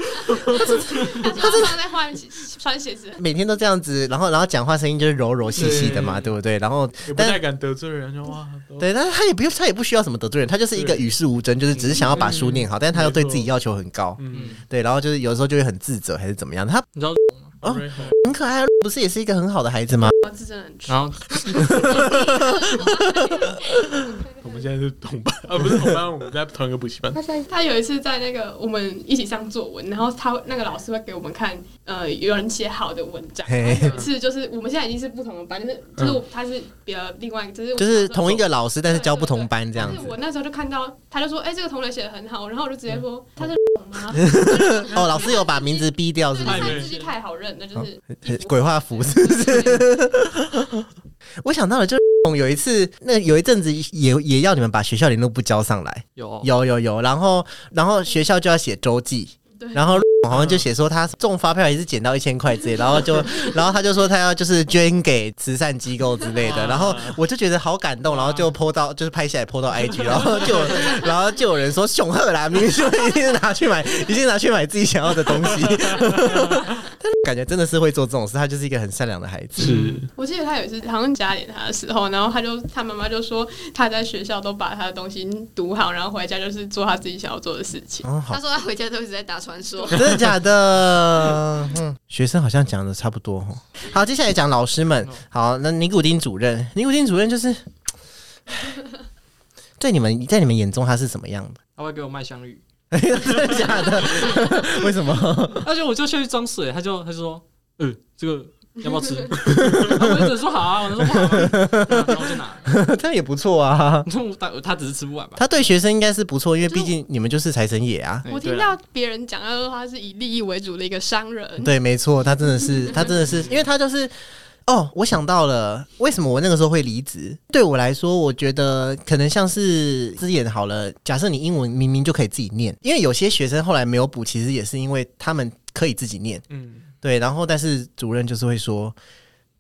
E: 他正常在换穿鞋子，
A: 每天都这样子，然后然后讲话声音就是柔柔细细的嘛，对不对？然后
D: 也不
A: 但
D: 太敢得罪人，就哇，都
A: 对，但是他也不用，他也不需要什么得罪人，他就是一个与世无争，就是只是想要把书念好，但是他又对自己要求很高，
D: 嗯，
B: 嗯，
A: 对，然后就是有时候就会很自责还是怎么样。他
B: 你知道，
A: 哦
D: 瑞红
A: 很可爱，不是也是一个很好的孩子吗？
E: 我字真的 很 丑。
B: 然后
D: 我们现在是同班， 啊，不是同班，我们在同一个补习班。
E: 他有一次在那个我们一起上作文，然后他那个老师会给我们看，呃，有人写好的文章。
A: 嘿
E: 有一次就是我们现在已经是不同的班，就是就是我他是别的另外一个，就是我
A: 就是同一个老师，但是
E: 对
A: 教
E: 对
A: 不同
E: 对
A: 班这
E: 但
A: 样
E: 是
A: 子。
E: 我那时候就看到，他就说：“哎、这个同学写的很好。”然后我就直接说：“他是吗？
A: 哦，老师有把名字逼掉，
E: 哎对，
A: 是不
E: 他
A: 是？
E: 汉字就太好认了，就是
A: 很鬼画符是不是？我想到了，就是 有一次，那有一阵子也也要你们把学校联络簿交上来，
B: 有哦
A: 有有有，然后然后学校就要写周记
E: 对。
A: 然后 好像就写说他中发票也是捡到一千块之类，然后就，然后他就说他要就是捐给慈善机构之类的，
D: 哇
A: 然后我就觉得好感动，然后就 PO 到就是拍下来 PO 到 IG，然后就有 然后就有人说熊赫啦，明明就一定拿去买， 一定拿去买自己想要的东西， 但感觉真的是会做这种事，他就是一个很善良的孩子。
D: 是
E: 我记得他有一次好像加点他的时候，然后他就他妈妈就说他在学校都把他的东西读好，然后回家就是做他自己想要做的事情。
A: 哦，好
C: 他，说他回家都一直在打 传说。
A: 真的假的？ 嗯，学生好像讲的差不多哦。好，接下来讲老师们。好，那尼古丁主任，尼古丁主任就是，对你们在你们眼中他是什么样的？
B: 他会给我卖香芋，
A: 真的假的？ 为什 么？
B: 而且我就下去装死，他就他就说，
D: 呃
B: 嗯，这个要不要吃？ 我就只能说好啊，我就说不好啊，然后就拿了。
A: 这样也不错啊。
B: 他他只是吃不完吧？
A: 他对学生应该是不错，因为毕竟你们就是财神爷啊。
B: 哎
D: 嗯
E: 我
B: 对
E: 听
B: 啦
E: 到别人讲，他说他是以利益为主的一个商人，
A: 对，没错，他真的是，他真的是，因为他就是。哦，我想到了，为什么我那个时候会离职？对我来说，我觉得可能像是之前好了，假设你英文明明就可以自己念，因为有些学生后来没有补，其实也是因为他们可以自己念，
D: 嗯，
A: 对，然后但是主任就是会说，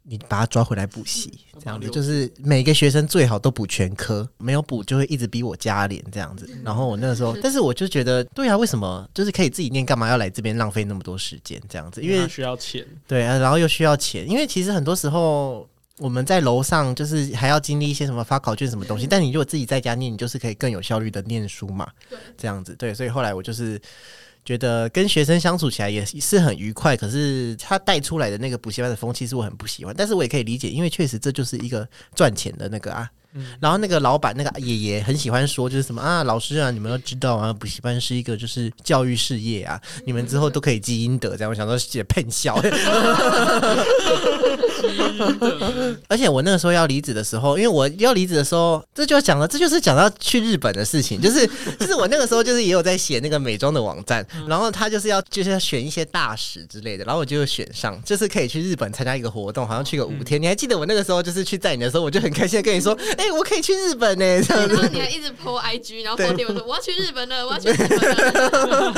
A: 你把他抓回来补习，这样子，就是每个学生最好都补全科，没有补就会一直逼我加脸这样子。然后我那个时候，但是我就觉得，对啊，为什么就是可以自己念，干嘛要来这边浪费那么多时间这样子？因
D: 因为
A: 为
D: 他需要钱，
A: 对啊，然后又需要钱，因为其实很多时候我们在楼上就是还要经历一些什么发考卷什么东西，但你如果自己在家念，你就是可以更有效率的念书嘛，这样子。对，所以后来我就是觉得跟学生相处起来也是很愉快，可是他带出来的那个补习班的风气是我很不喜欢，但是我也可以理解，因为确实这就是一个赚钱的那个啊。然后那个老板那个爷爷很喜欢说，就是什么啊，老师啊，你们要知道啊，补习班是一个就是教育事业啊，你们之后都可以积阴德。这样我想说写喷笑，而且我那个时候要离职的时候，因为我要离职的时候，这就讲了，这就是讲到去日本的事情，就是 就是我那个时候就是也有在写那个美妆的网站，然后他就是要就是要选一些大使之类的，然后我就选上，就是可以去日本参加一个活动，好像去个五天。你还记得我那个时候就是去载你的时候，我就很开心的跟你说，哎、我可以去日本呢、欸这样
C: 然
A: 子。
C: 后你还一直 po IG，然后 po
A: 对
C: 贴我说我要去日本了，我要去日本了。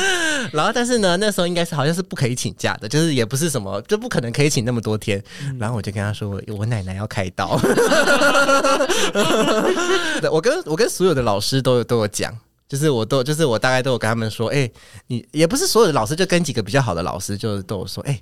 A: 然后但是呢，那时候应该是好像是不可以请假的，就是也不是什么，就不可能可以请那么多天。然后我就跟他说，我我奶奶要开刀。对我跟我跟所有的老师都有都有讲。就是我都就是我大概都有跟他们说，哎、你也不是所有的老师，就跟几个比较好的老师，就是都有说，哎、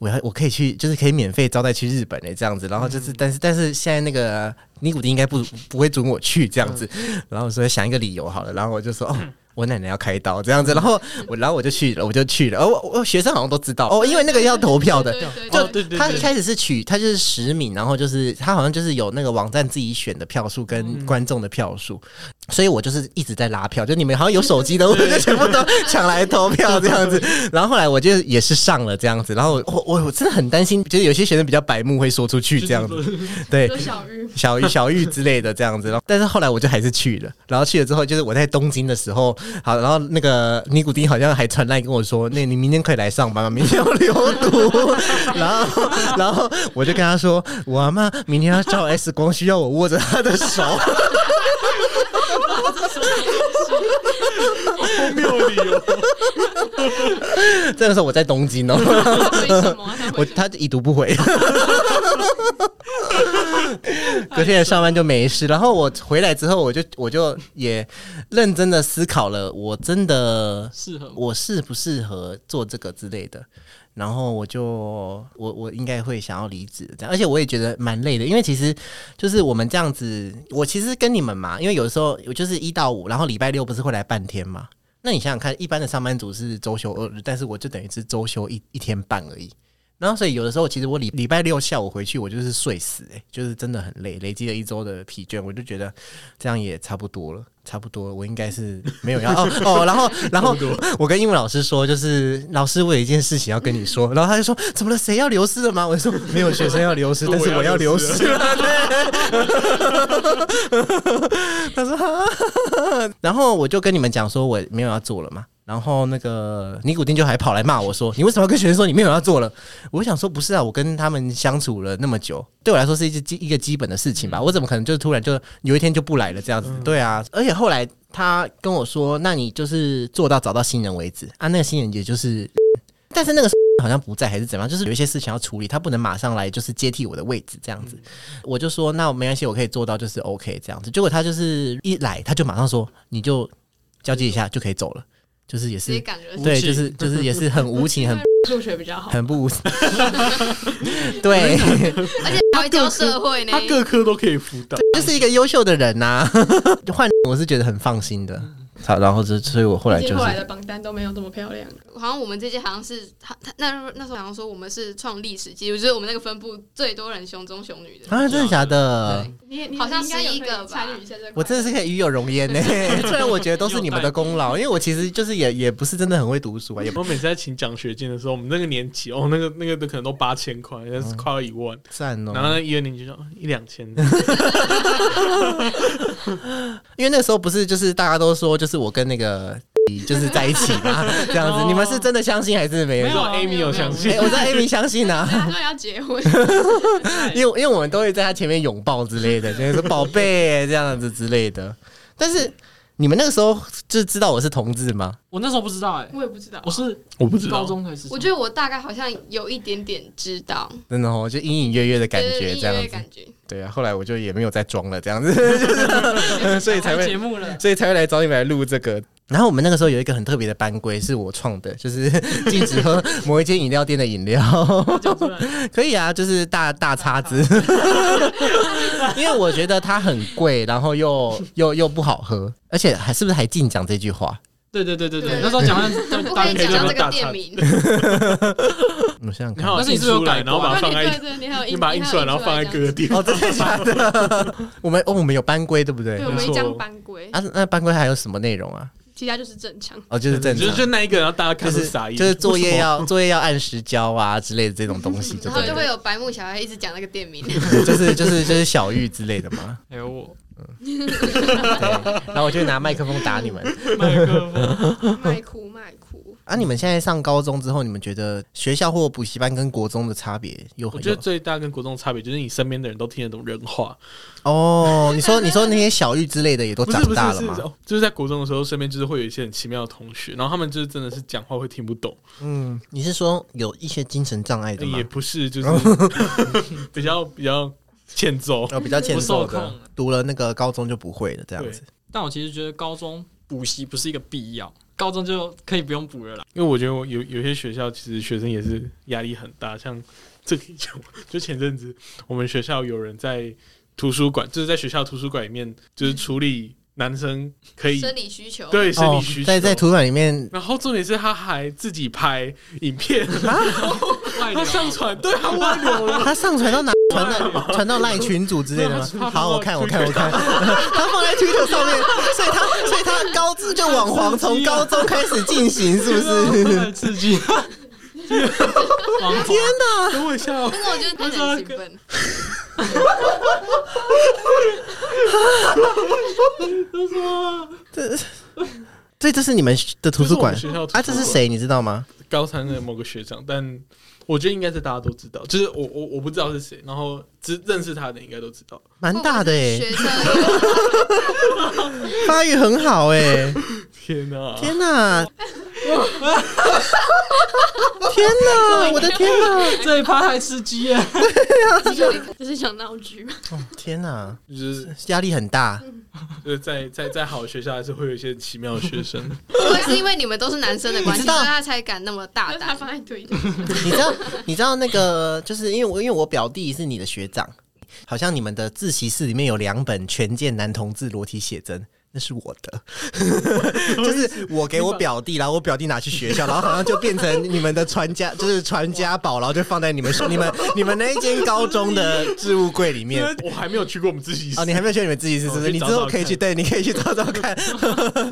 A: 我要我可以去，就是可以免费招待去日本哎、这样子。然后就是，但是但是现在那个尼古丁应该不不会准我去这样子。然后我说想一个理由好了，然后我就说哦。我奶奶要开刀这样子，然后我，然后我就去了，我就去了。哦，我我学生好像都知道哦，因为那个要投票的，
C: 对对
A: 就
D: 哦对对
A: 他
D: 对
A: 一开始是取，他就是实名，然后就是他好像就是有那个网站自己选的票数跟观众的票数，所以我就是一直在拉票，就你们好像有手机的，我就全部都抢来投票这样子。 然后后来我就也是上了这样子，然后我我我我真的很担心，就是有些学生比较白目会说出去这样子，对，
C: 说小玉，
A: 小玉、小玉之类的这样子。然后，但是后来我就还是去了。然后去了之后，就是我在东京的时候，好，然后那个尼古丁好像还传来跟我说：“那你明天可以来上班吗？明天要留读。”然后，然后我就跟他说：“我阿妈明天要照 X 光，需要我握着她的手。”
D: 荒谬的理由，
A: 这个时候我在东京哦。
E: 为什么啊？他
A: 我
E: 会
A: 他已读不回， 隔天上班就没事。然后我回来之后，我就我就也认真的思考了，我真的
B: 适合
A: 我适不适合做这个之类的。然后我就我我应该会想要离职，这样，而且我也觉得蛮累的，因为其实就是我们这样子，我其实跟你们嘛，因为有时候我就是一到五，然后礼拜六不是会来半天嘛。那你想想看，一般的上班族是周休二日，但是我就等于是周休一一天半而已。然后所以有的时候，其实我礼礼拜六下午回去，我就是睡死、欸，就是真的很累，累积了一周的疲倦，我就觉得这样也差不多了，差不多了，我应该是没有要哦哦， 然后然后我跟英文老师说，就是老师，我有一件事情要跟你说，然后他就说怎么了？谁要流失了吗？我就说没有学生要 流失，但是我要啊流失了。对 他说哈，然后我就跟你们讲说我没有要做了嘛。然后那个尼古丁就还跑来骂我说：“你为什么要跟学生说你没有要做了？”我想说不是啊，我跟他们相处了那么久，对我来说是一基一个基本的事情吧。我怎么可能就突然就有一天就不来了这样子？对啊，而且后来他跟我说：“那你就是做到找到新人为止啊。”那个新人也就是，但是那个 时候好像不在还是怎么样，就是有一些事情要处理，他不能马上来就是接替我的位置这样子。我就说那没关系，我可以做到，就是 OK 这样子。结果他就是一来，他就马上说你就交接一下就可以走了，就是也
C: 直接
A: 是
C: 感人。
A: 对，
D: 无情
A: 就是就是也是很无情， 很
E: 数学比较好，
A: 很不无 对，
C: 而
A: 嗯
C: 且还会教社会呢
D: 他。各科都可以辅导，
A: 就是一个优秀的人呐、换我是觉得很放心的。好，然后这，所以我后来
E: 毕
A: 就
E: 竟后来
A: 是
E: 的榜单都没有这么漂亮。
C: 好像我们这届好像是他他那那时候好像说我们是创历史记录，就是我们那个分部最多人雄中雄女的。
A: 啊，真的假的？
E: 你你
C: 好像
E: 你应该有
C: 11个
E: 可以
C: 吧
E: 参与一下这个。
A: 我真的是可以与有容焉呢、 虽然我觉得都是你们的功 劳，因为我其实就是也也不是真的很会读书啊，也不
D: 我每次在请奖学金的时候，我们那个年级哦，那个那个都可能都八千块，
A: 嗯
D: 那是快要一万，
A: 赞哦、
D: 然后那一二年级就啊一两千，
A: 因为那时候不是就是大家都说就是我跟那 个就是在一起嘛，这样子，
B: 哦
A: 你们是真的相信还是没有
D: 没？有
B: 啊
D: Amy 有相信
A: 哎、，我知道 Amy 相信啊。
E: 他说要结婚，
A: 因为因为我们都会在他前面拥抱之类的，就是说宝贝这样子之类的。但是你们那个时候就知道我是同志吗？
B: 我那时候不知道哎，
E: 我也不知道。
B: 我是
D: 我不知
B: 高
D: 道，
B: 中才知道。
C: 我觉得我大概好像有一点点知道，
A: 真的哦，就隐隐约约的感
C: 就是
A: 觉
C: 隐
A: 这样
C: 约
A: 子。
C: 感觉。
A: 对啊，后来我就也没有再装了，这样子，就是 所以才
B: 开
A: 会
B: 节目了，
A: 所以才会来找你们来录这个。然后我们那个时候有一个很特别的班规，是我创的，就是 禁止喝某一间饮料店的饮料。
B: 讲出来
A: 可以啊，就是大大叉子，因为我觉得它很贵，然后又又又不好喝，而且还是不是还禁讲这句话？
B: 对对对对对
C: 对，
B: 那时候讲完
C: 很 不
B: 大
C: 可以
B: 家
D: 可以
C: 讲
D: 这么
C: 到这
D: 大
C: 个店
D: 岔
C: 名，
A: 我想想
D: 你
A: 看，
D: 好，
B: 但是你是不是有
D: 印出来
B: 改
D: 然后
B: 过
D: 把
B: 啊
D: 它放
E: 对
D: 在一
E: 对
D: 起，
E: 对，你还有
D: 你
E: 印，
D: 把它
E: 你
D: 印
E: 还有
D: 出来，然后
E: 出
D: 放在各
E: 这
D: 个
E: 样子
D: 地
A: 哦，
D: 方。
A: 真的假的？ 我们哦，我们有班规，对不对？
E: 对，
A: 啊，
E: 我们
D: 没
E: 一
D: 错
E: 张班规，
A: 那班规还有什么内容啊？
E: 其他就是正 常。
A: 哦，就是正
D: 就
A: 常，
D: 就那一个，然后大家
A: 就
D: 看
A: 是
D: 傻眼，
A: 就是作业
D: 为什么
A: 要作业要按时交啊之类的这种东西，就
C: 嗯然后
A: 对
C: 就会
A: 了
C: 有白目小孩一直讲那个店名，
A: 对 就是就是就是小玉之类的嘛。
B: 还有我
A: 对，然后我就拿麦克风打你们。
B: 麦克风，
E: 卖哭卖哭，
A: 啊，你们现在上高中之后，你们觉得学校或补习班跟国中的差别有
D: 我
A: 很
D: 觉得
A: 有？
D: 最大跟国中的差别就是你身边的人都听得懂人话，
A: 哦，你 说你说那些小玉之类的也都
D: 不是
A: 长
D: 不是
A: 大了
D: 是
A: 吗？
D: 哦就是在国中的时候，身边就是会有一些很奇妙的同学，然后他们就是真的是讲话会听不懂，
A: 嗯，你是说有一些精神障碍的吗
D: 哎也？不是 就是 比较比较欠揍。
A: 呃，比较欠
B: 不
A: 揍
B: 受控
A: 的，。读了那个高中就不会了，这样
D: 对
A: 子。
B: 但我其实觉得高中补习不是一个必要，高中就可以不用补了啦。
D: 因为我觉得我有有些学校其实学生也是压力很大，像这个就就前阵子我们学校有人在图书馆，就是在学校图书馆里面就是处理男生可以
C: 生理需求。
D: 对生理需求，
A: 哦在在图书馆里 面，
D: 然后重点是他还自己拍影片，
B: 外
D: 他
B: 流
D: 上传，对啊他外流了。
A: 他上传到哪？ 传到传到赖群组之类的
D: 没有 他
A: 吗？
D: 他
A: 好，我看我看我看， 他放在 Twitter 上面，所以他所以他高知就网黄从高中开始进行，是不 是？
B: 太刺激了！王天
D: 等我一下、哦，
C: 但是我觉得他很兴奋，
A: 这这是你们的图书馆
D: 这是我们学校图书馆
A: 啊？这是谁？你知道吗？
D: 高三的某个学长，但我觉得应该是大家都知道，就是我我我不知道是谁，然后只认识他的应该都知道。
A: 蛮大的哎、
C: 哦学生啊
A: 发育很好哎、
D: 天哪、
A: 天 哪！天哪！我的天哪！
B: 这一趴太刺激了，
E: 这是想闹剧 吗？
A: 哦天哪！
D: 就是
A: 压力很大，
D: 就是在在在好的学校，还是会有一些奇妙的学生。
C: 会是因为你们都是男生的关系，
A: 你知
C: 所
A: 道
C: 以他才敢那么大
E: 但是他
C: 胆。
E: 放在堆里，
A: 你知道， 你知道那个，就是因为我因为我表弟是你的学长，好像你们的自习室里面有两本全健男同志裸体写真。那是我的， 就是我给我表弟，然后我表弟拿去学校，然后好像就变成你们的传家， 就是传家宝，然后就放在你们你们你们那一间高中的置物柜里 面。
D: 我还没有去过我们自习室
A: 哦，你还没有去你们自习室，是不
D: 我
A: 是？
D: 去
A: 你之
D: 找
A: 后
D: 找
A: 可以去，
D: 看
A: 对，你可以去找找看。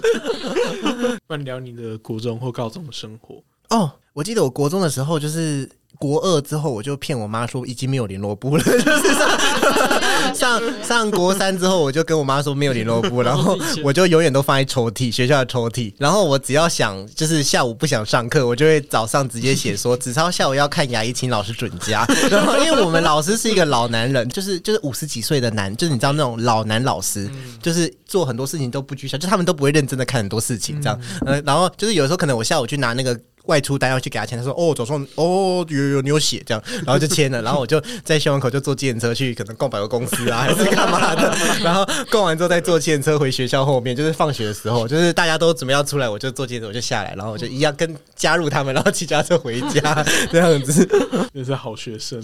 D: 不然聊你的国中或高中的生活。
A: 哦，我记得我国中的时候，就是国二之后，我就骗我妈说已经没有联络部了。就是上上上国三之后，我就跟我妈说没有联络部，然后我就永远都放在抽屉，学校的抽屉。然后我只要想，就是下午不想上课，我就会早上直接写 说，子超下午要看牙医，请老师准假。然后因为我们老师是一个老男人，就是就是五十几岁的男，就是你知道那种老男老师，就是做很多事情都不拘小，就他们都不会认真的看很多事情这样。呃，然后就是有时候可能我下午去拿那个。外出单要去给他签，他说：“哦，早上哦有有你有写这样，然后就签了，然后我就在校门口就坐计程车去，可能逛百货公司啊，还是干嘛的，然后逛完之后再坐计程车回学校后面，就是放学的时候，就是大家都准备要出来，我就坐计程车我就下来，然后我就一样跟加入他们，然后骑脚踏车回家这样子，
D: 那是好学生，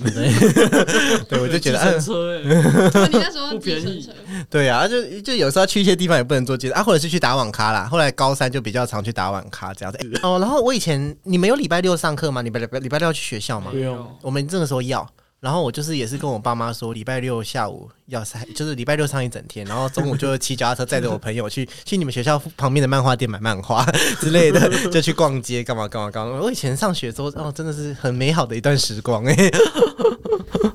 A: 对我就觉得嗯
B: 计程车哎，
E: 你那时候
B: 不便宜
E: 计程车
A: 对啊，就就有时候去一些地方也不能做接啊，或者是去打网咖啦。后来高三就比较常去打网咖这样子。欸哦，然后我以前你们有礼拜六上课吗？礼拜礼拜礼拜六要去学校吗
D: 不？用
A: 我们这个时候要。然后我就是也是跟我爸妈说，礼拜六下午要上，就是礼拜六上一整天，然后中午就骑脚踏车载着我朋友去 去你们学校旁边的漫画店买漫画之类的， 就去逛街干嘛干嘛干嘛。我以前上学的时候，哦，真的是很美好的一段时光哎、 欸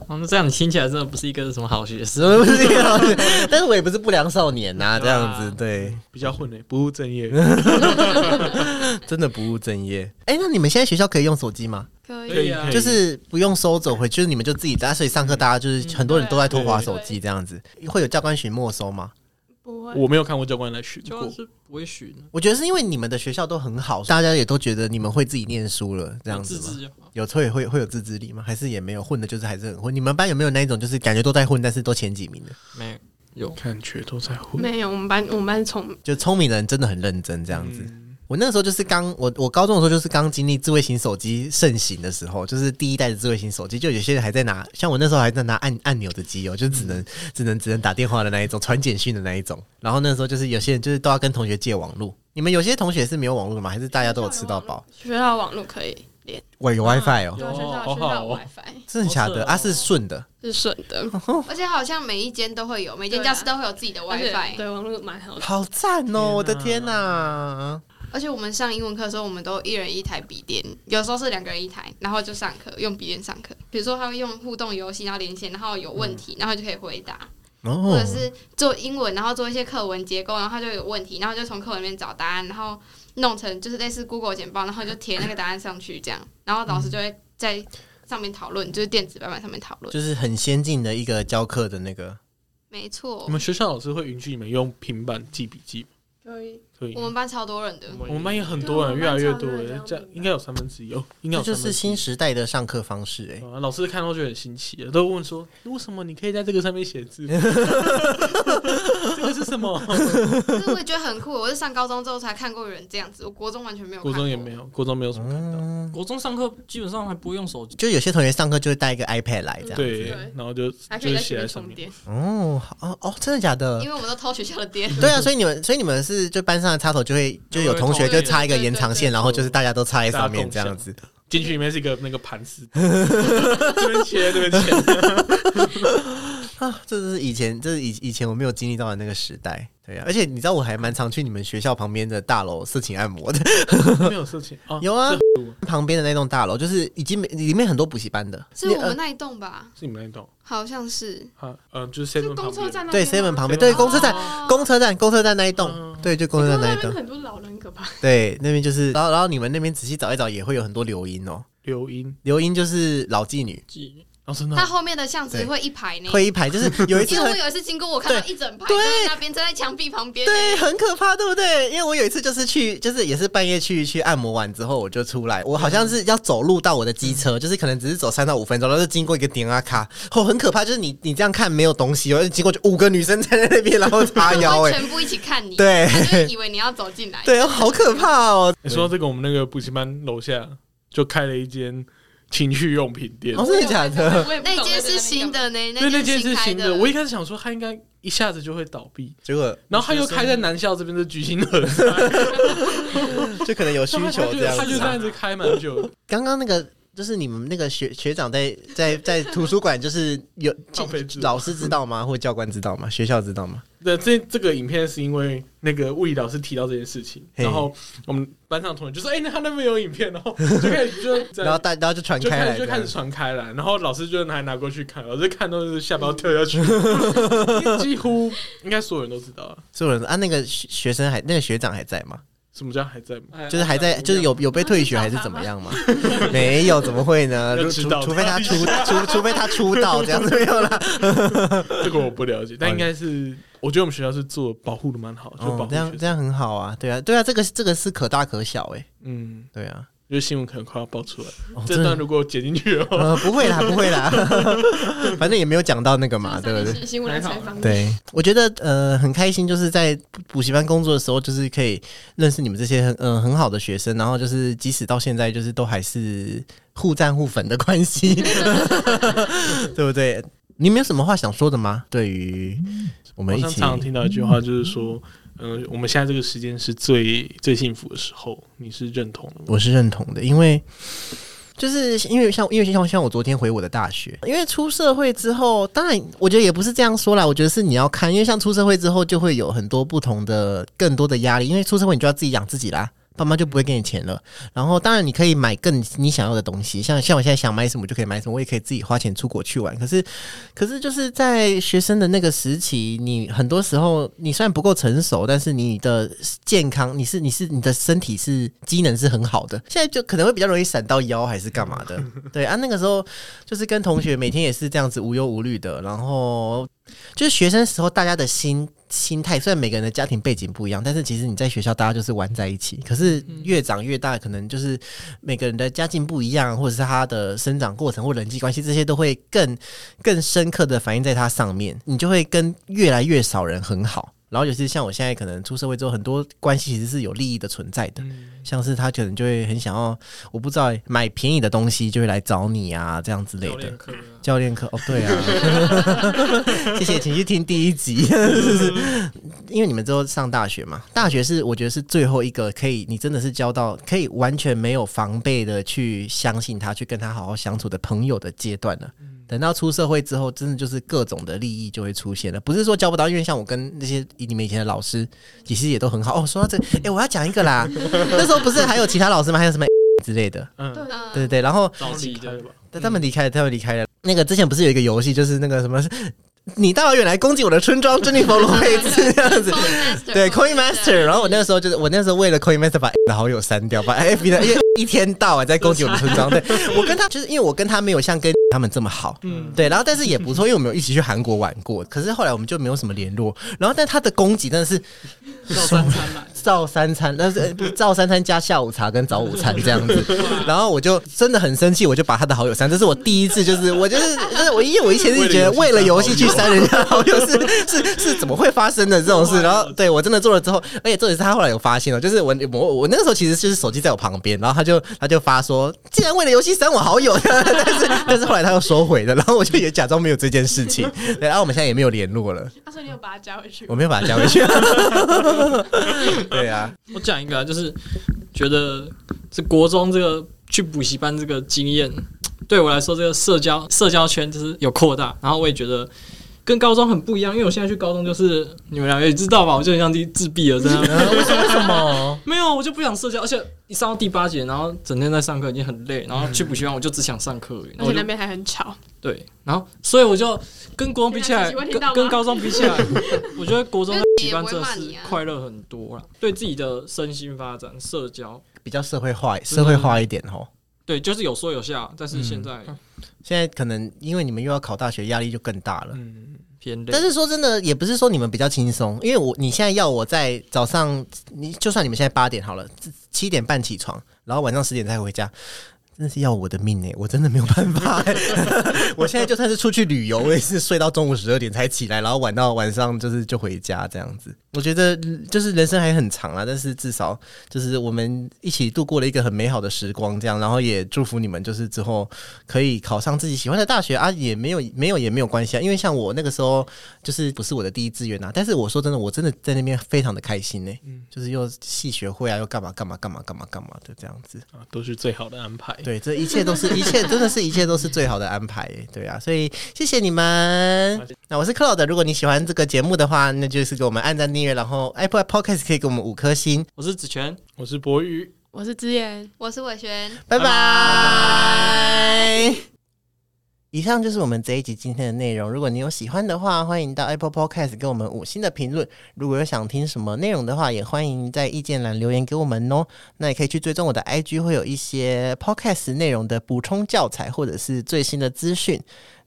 B: 哦那这样你听起来真的不是一个什么好学生。
A: 不是一个好学但是我也不是不良少年呐、这样
B: 对
A: 子
B: 啊
A: 对。
D: 比较混诶，不务正业。
A: 真的不务正业。哎、那你们现在学校可以用手机吗？
E: 可
D: 可
E: 以。
D: 以啊
A: 就。是不用收走回，就是你们就自己在，所以上课大家就是很多人都在偷滑手机这样子，会有教官巡没收吗？
E: 不会，
D: 我没有看过教官来巡
B: 就
D: 过，
B: 是不会许呢，
A: 我觉得是因为你们的学校都很好，大家也都觉得你们会自己念书了这样
B: 自
A: 子吗？
B: 制就好。
A: 有会会会有自制力吗？还是也没有混的，就是还是很混？你们班有没有那一种就是感觉都在混，但是都前几名的？
B: 没有，
D: 感觉都在混。
E: 没有，我们班我们班从
A: 就聪明人真的很认真这样子。
D: 嗯
A: 我那个时候就是刚我我高中的时候就是刚经历智慧型手机盛行的时候，就是第一代的智慧型手机，就有些人还在拿，像我那时候还在拿按按钮的机哦，就只能、只能只能打电话的那一种，传简讯的那一种。然后那时候就是有些人就是都要跟同学借网络。你们有些同学是没有网络的吗？还是大家都有吃到饱？
E: 学校网络可以连，
A: 喂，有 WiFi 哦，
E: 对啊，
D: 有
E: 学校
D: 好
E: 学校有
D: 好哦
E: WiFi
A: 真的假
B: 好扯
A: 的？
B: 哦
A: 啊，是顺的。
E: 是顺的
A: 哦
C: 而且好像每一间都会有，每间
E: 对啊
C: 教室都会有自己的
E: 而且
C: WiFi。
E: 对网络蛮好的。
A: 好赞哦、我的天
D: 天
A: 哪、
C: 而且我们上英文课的时候，我们都一人一台笔电，有时候是两个人一台，然后就上课用笔电上课。比如说他会用互动游戏，然后连线，然后有问
D: 嗯
C: 题，然后就可以回答，或
A: 哦
C: 者，是做英文，然后做一些课文结构，然后他就有问题，然后就从课文里面找答案，然后弄成就是类似 Google 简报，然后就填那个答案上去，这样，然后老师就会在上面讨论，就是电子白板上面讨论。
A: 就是很先进的一个教课的那个。
C: 没错
D: 你，们学校老师会允许你们用平板记笔记吗？
E: 可以，
D: 可以
C: 我。们班超多人的，
D: 啊我们班也很多人，
E: 对
D: 越来越多
E: 我们班超多人这
D: 人
E: 样，
D: 这样应该有三分之一哦，应
A: 这
D: 该有
A: 就
D: 三
A: 是
D: 分之
A: 新
D: 一。
A: 时代的上课方式哎、
D: 对啊老师看到就很新奇，都问说：“为什么你可以在这个上面写字？ 这个是什么
C: 可 是我也觉得很酷。我是上高中之后才看过有人这样子，我国中完全没？” 有看
D: 国
C: 过，
D: 中也没有，国中没有什么看到。
A: 嗯，
B: 国中上课基本上还不会用手机，
A: 就有些同学上课就会带一个 iPad 来这样。
D: 对
E: 对，
D: 然后就
E: 还可
D: 就
E: 以
D: 是
E: 在前
D: 写在
E: 面
D: 上
E: 充
D: 面。
E: 电。
A: 哦，好哦哦，真的假的
C: 因？为我们都偷学校的电。
A: 对啊，所以你们，所以你们是就班上的插头就会就有同学就插一个延长线，然后就是大家都插在上面这样子。
D: 进去里面是一个那个 盘丝，这边切这边切。
A: 啊，这是以前，这是以以前我没有经历到的那个时代。对啊，而且你知道我还蛮常去你们学校旁边的大楼色情按摩的，
D: 没有事情啊，
A: 有啊
D: 这
A: 旁边的那栋大楼就是已经没里面很多补习班的，
C: 是
A: 你
C: 我
A: 呃
C: 们那一栋吧？
D: 是你们那一栋
C: 好像是，
D: 啊，嗯，就是
E: 就
D: seven
E: 公
D: 旁
E: 车
D: 边。
E: 站那
A: 对
E: 边
A: seven
E: 吗
A: 旁边，对公车站。
C: 哦
A: 公车站，公车站那一栋，
D: 嗯
A: 对，就公
E: 公
A: 车
E: 车
A: 站
E: 站
A: 那
E: 那
A: 一栋
E: 边，很多老人可怕。
A: 对，那边就是，然后然后你们那边仔细找一找，也会有很多留音哦，
D: 留音
A: 留音就是老妓女，
B: 记
D: 哦，真的
C: 它
D: 哦
C: 后面的巷子
A: 对
C: 会一排呢。
A: 会一排，就是有一次
C: 因为
A: 很
C: 我有一次经过，我看到
A: 对
C: 一整排
A: 对
C: 在那边，站在墙壁旁边。
A: 对，很可怕，对不对？因为我有一次就是去，就是也是半夜去去按摩完之后，我就出来，我好像是要走路到我的机车，就是可能只是走三到五分钟，然后就经过一个点啊卡，哦，很可怕，就是你你这样看没有东西哦，而且经过就五个女生站在那边，然后叉腰、
C: 会
A: 哎，
C: 全部一起看你，
A: 对
C: 他就会以为你要走进来。
A: 对，好可怕哦，
D: 你哎说到这个，我们那个补习班楼下就开了一间情趣用品店
A: 哦，，真的假的？
E: 我也不
C: 那
E: 懂
C: 间是
E: 在那边干
C: 新
E: 嘛，
C: 的呢，
D: 对，那
C: 间
D: 间
C: 新
D: 是
C: 开
D: 新的。我一开始想说他应该一下子就会倒闭，
A: 结果
D: 然后他又开在南校这边的举行河山，
A: 就可能 有需
D: 他
A: 求
D: 就
A: 这样
D: 他就
A: 子
D: 这
A: 啊。
D: 样子开蛮 久的，
A: 刚刚那个就是你们那个学学长在在在图书馆，就是有
D: 浪费资源
A: 老师知道吗？或教官知道吗？学校知道吗？
D: 对，这这个影片是因为那个物理老师提到这件事情，
A: 嘿
D: 然后我们班上同学就说：“哎、那他那边有影片。”然后就开始就在
A: 然后大然后就传
D: 就
A: 开
D: 开
A: 来
D: 始
A: 这
D: 就
A: 样
D: 开
A: 子，
D: 始传开来，然后老师就拿拿过去看，老师看都是下巴要 跳下去，因为几乎应该所有人都知道啊。
A: 所有人说啊，那个学学生还那个学长还在吗？
D: 什么叫还在吗？
A: 就是还在，就是有有被退学还是怎么样吗？ 没有，怎么会呢？
D: 要
A: 如
D: 知
A: 除
D: 道
A: 除非他出除除非他出道 这样子没有啦。
D: 这个我不了解，但应该是我觉得我们学校是做保护的蛮好，就
A: 哦，
D: 保护
A: 这样
D: 学
A: 这
D: 生。
A: 样很好啊，对啊对啊，这个这个是可大可小哎，
D: 嗯，
A: 对啊，
D: 就是新闻可能快要爆出来，
A: 哦
D: 这段如果剪进去的话，
A: 呃不会啦不会啦，反正也没有讲到那个嘛，对不对？
E: 是新闻来采访你，
A: 对，我觉得呃很开心，就是在补习班工作的时候，就是可以认识你们这些很嗯、很好的学生，然后就是即使到现在，就是都还是互赞互粉的关系，对不对？你们有什么话想说的吗？对于我
D: 好
A: 们一
D: 像
A: 起
D: 常常听到一句话，就是说，嗯、我们现在这个时间是最最幸福的时候，你是认同的吗？
A: 我是认同的，因为就是因为像因为像像我昨天回我的大学，因为出社会之后，当然我觉得也不是这样说啦，我觉得是你要看，因为像出社会之后就会有很多不同的更多的压力，因为出社会你就要自己养自己啦。爸妈就不会给你钱了，然后当然你可以买更你想要的东西，像像我现在想买什么就可以买什么，我也可以自己花钱出国去玩。可是，可是就是在学生的那个时期，你很多时候你虽然不够成熟，但是你的健康，你是你是你的身体是机能是很好的，现在就可能会比较容易闪到腰还是干嘛的， 对啊，那个时候就是跟同学每天也是这样子无忧无虑的，然后就是学生时候大家的心心态，虽然每个人的家庭背景不一样，但是其实你在学校大家就是玩在一起，可是越长越大，可能就是每个人的家境不一样，或者是他的生长过程或人际关系这些都会更更深刻的反映在它上面，你就会跟越来越少人很好。然后尤其是像我现在可能出社会之后，很多关系其实是有利益的存在的，
D: 嗯
A: 像是他可能就会很想要，我不知道欸买便宜的东西就会来找你啊，这样之类
B: 教
A: 的
B: 练。课啊
A: 教练课哦，对啊， 谢谢，请去听第一集， 就是因为你们之后上大学嘛，大学是我觉得是最后一个可以，你真的是交到可以完全没有防备的去相信他，去跟他好好相处的朋友的阶段了。等到出社会之后，真的就是各种的利益就会出现了，不是说交不到，因为像我跟那些你们以前的老师，其实也都很好。哦，说到这，哎、我要讲一个啦，那时候不是还有其他老师吗？还有什么之类的，
D: 嗯，
C: 嗯，
A: 对对对，然后
B: 早期
D: 开了
B: 的
D: 吧？
A: 但他们离开了，他们离开了。那个之前不是有一个游戏，就是那个什么，你大老远来攻击我的村庄，珍妮佛罗佩 兹这 样子。
C: Master，
E: 哦
A: 对，Coin Master，然后我那个时候就是，我那时候为了 Coin Master 把的好友删掉，把 FB 的，因 为一天到晚在攻击我的村 庄。对我跟他就是，因为我跟他没有像跟他们这么好，
D: 嗯，
A: 对，然后但是也不错，因为我们有一起去韩国玩过，可是后来我们就没有什么联络。然后但他的攻击真的是
B: 到三餐来，
A: 照三餐，但是呃不照三餐加下午茶跟早午餐这样 子。然后我就真的很生气，我就把他的好友删。这是我第一次，就是我就是 就是我，因为我以前是觉得为
D: 为
A: 了
D: 了
A: 游
D: 游
A: 戏
D: 戏
A: 去
D: 去
A: 删人家的好友是 是是怎么会发生的这种事。然后对我真的做了之后，而且重点是他后来有发现了，哦就是我我我那个时候其实就是手机在我旁边，然后他就 他就发说，竟然为了游戏删我好友， 但是但是后来他又收回了，然后我就也假装没有这件事情。对，然后我们现在也没有联络了，
E: 他说你有把他加回去
A: 我，没有把他加回去。 对啊。
B: 我讲一个、啊，就是觉得这国中这个去补习班这个经验，对我来说，这个社交社交圈就是有扩大，然后我也觉得。跟高中很不一样，因为我现在去高中就是你们两个也知道吧，我就很像自自闭了，真的。
A: 为什么？
B: 没有，我就不想社交，而且一上到第八节，然后整天在上课已经很累，然后去补习班我就只想上课而已。然
E: 而
B: 后
E: 且
B: 我就
E: 那边还很吵，
B: 对，然后所以我就 跟国中比起来，
E: 现在手机会
B: 跟
E: 听到吗
B: 跟高中比起来，我觉得国中在补习班真的
C: 也不会骂
B: 是
C: 你啊
B: 快乐很多啦，对自己的身心发展、社交，
A: 比较社会化，社会化一点哦。
B: 对，就是有说有笑，但是现在
A: 现在可能因为你们又要考大学，压力就更大了。
D: 嗯，
B: 偏累
A: 但。是说真的，也不是说你们比较轻松，因为我你现在要我在早上，你就算你们现在八点好了，七点半起床，然后晚上十点才回家，真的是要我的命哎、我真的没有办法、欸。 我现在就算是出去旅游，我也是睡到中午十二点才起来，然后晚到晚上就是就回家这样子。我觉得嗯就是人生还很长啊，但是至少就是我们一起度过了一个很美好的时光，这样，然后也祝福你们，就是之后可以考上自己喜欢的大学啊，也没有没有也没有关系啊，因为像我那个时候就是不是我的第一志愿啊，但是我说真的，我真的在那边非常的开心呢、欸
D: 嗯
A: 就是又系学会啊，又干嘛干嘛干嘛干嘛干嘛的这样子。
D: 啊都是最好的安排。
A: 对，这一切 都是一切，真的是一切都是最好的安排，对啊，所以谢谢你
D: 好
A: 们
D: 谢。
A: 那我是 Cloud，如果你喜欢这个节目的话，那就是给我们按赞订阅，然后 Apple Podcast 可以给我们五颗星，
B: 我是子权，
D: 我是博宇。
E: 我是之言。
C: 我是伟轩，
A: 拜拜。以上就是我们这一集今天的内容。如果你有喜欢的话，欢迎到 Apple Podcast 给我们五星的评论。如果有想听什么内容的话，也欢迎在意见栏留言给我们哦。那也可以去追踪我的 IG，会有一些 Podcast 内容的补充教材或者是最新的资讯。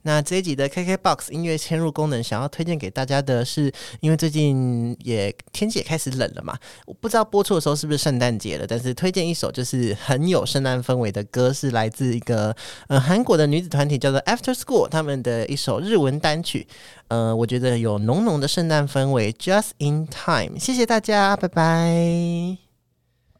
A: 那这一集的 KKBOX 音乐嵌入功能，想要推荐给大家的是，因为最近也天气也开始冷了嘛，我不知道播出的时候是不是圣诞节了，但是推荐一首就是很有圣诞氛围的歌，是来自一个呃韩国的女子团体叫做 After School 他们的一首日文单曲，呃，我觉得有浓浓的圣诞氛围，Just in Time。谢谢大家，拜拜。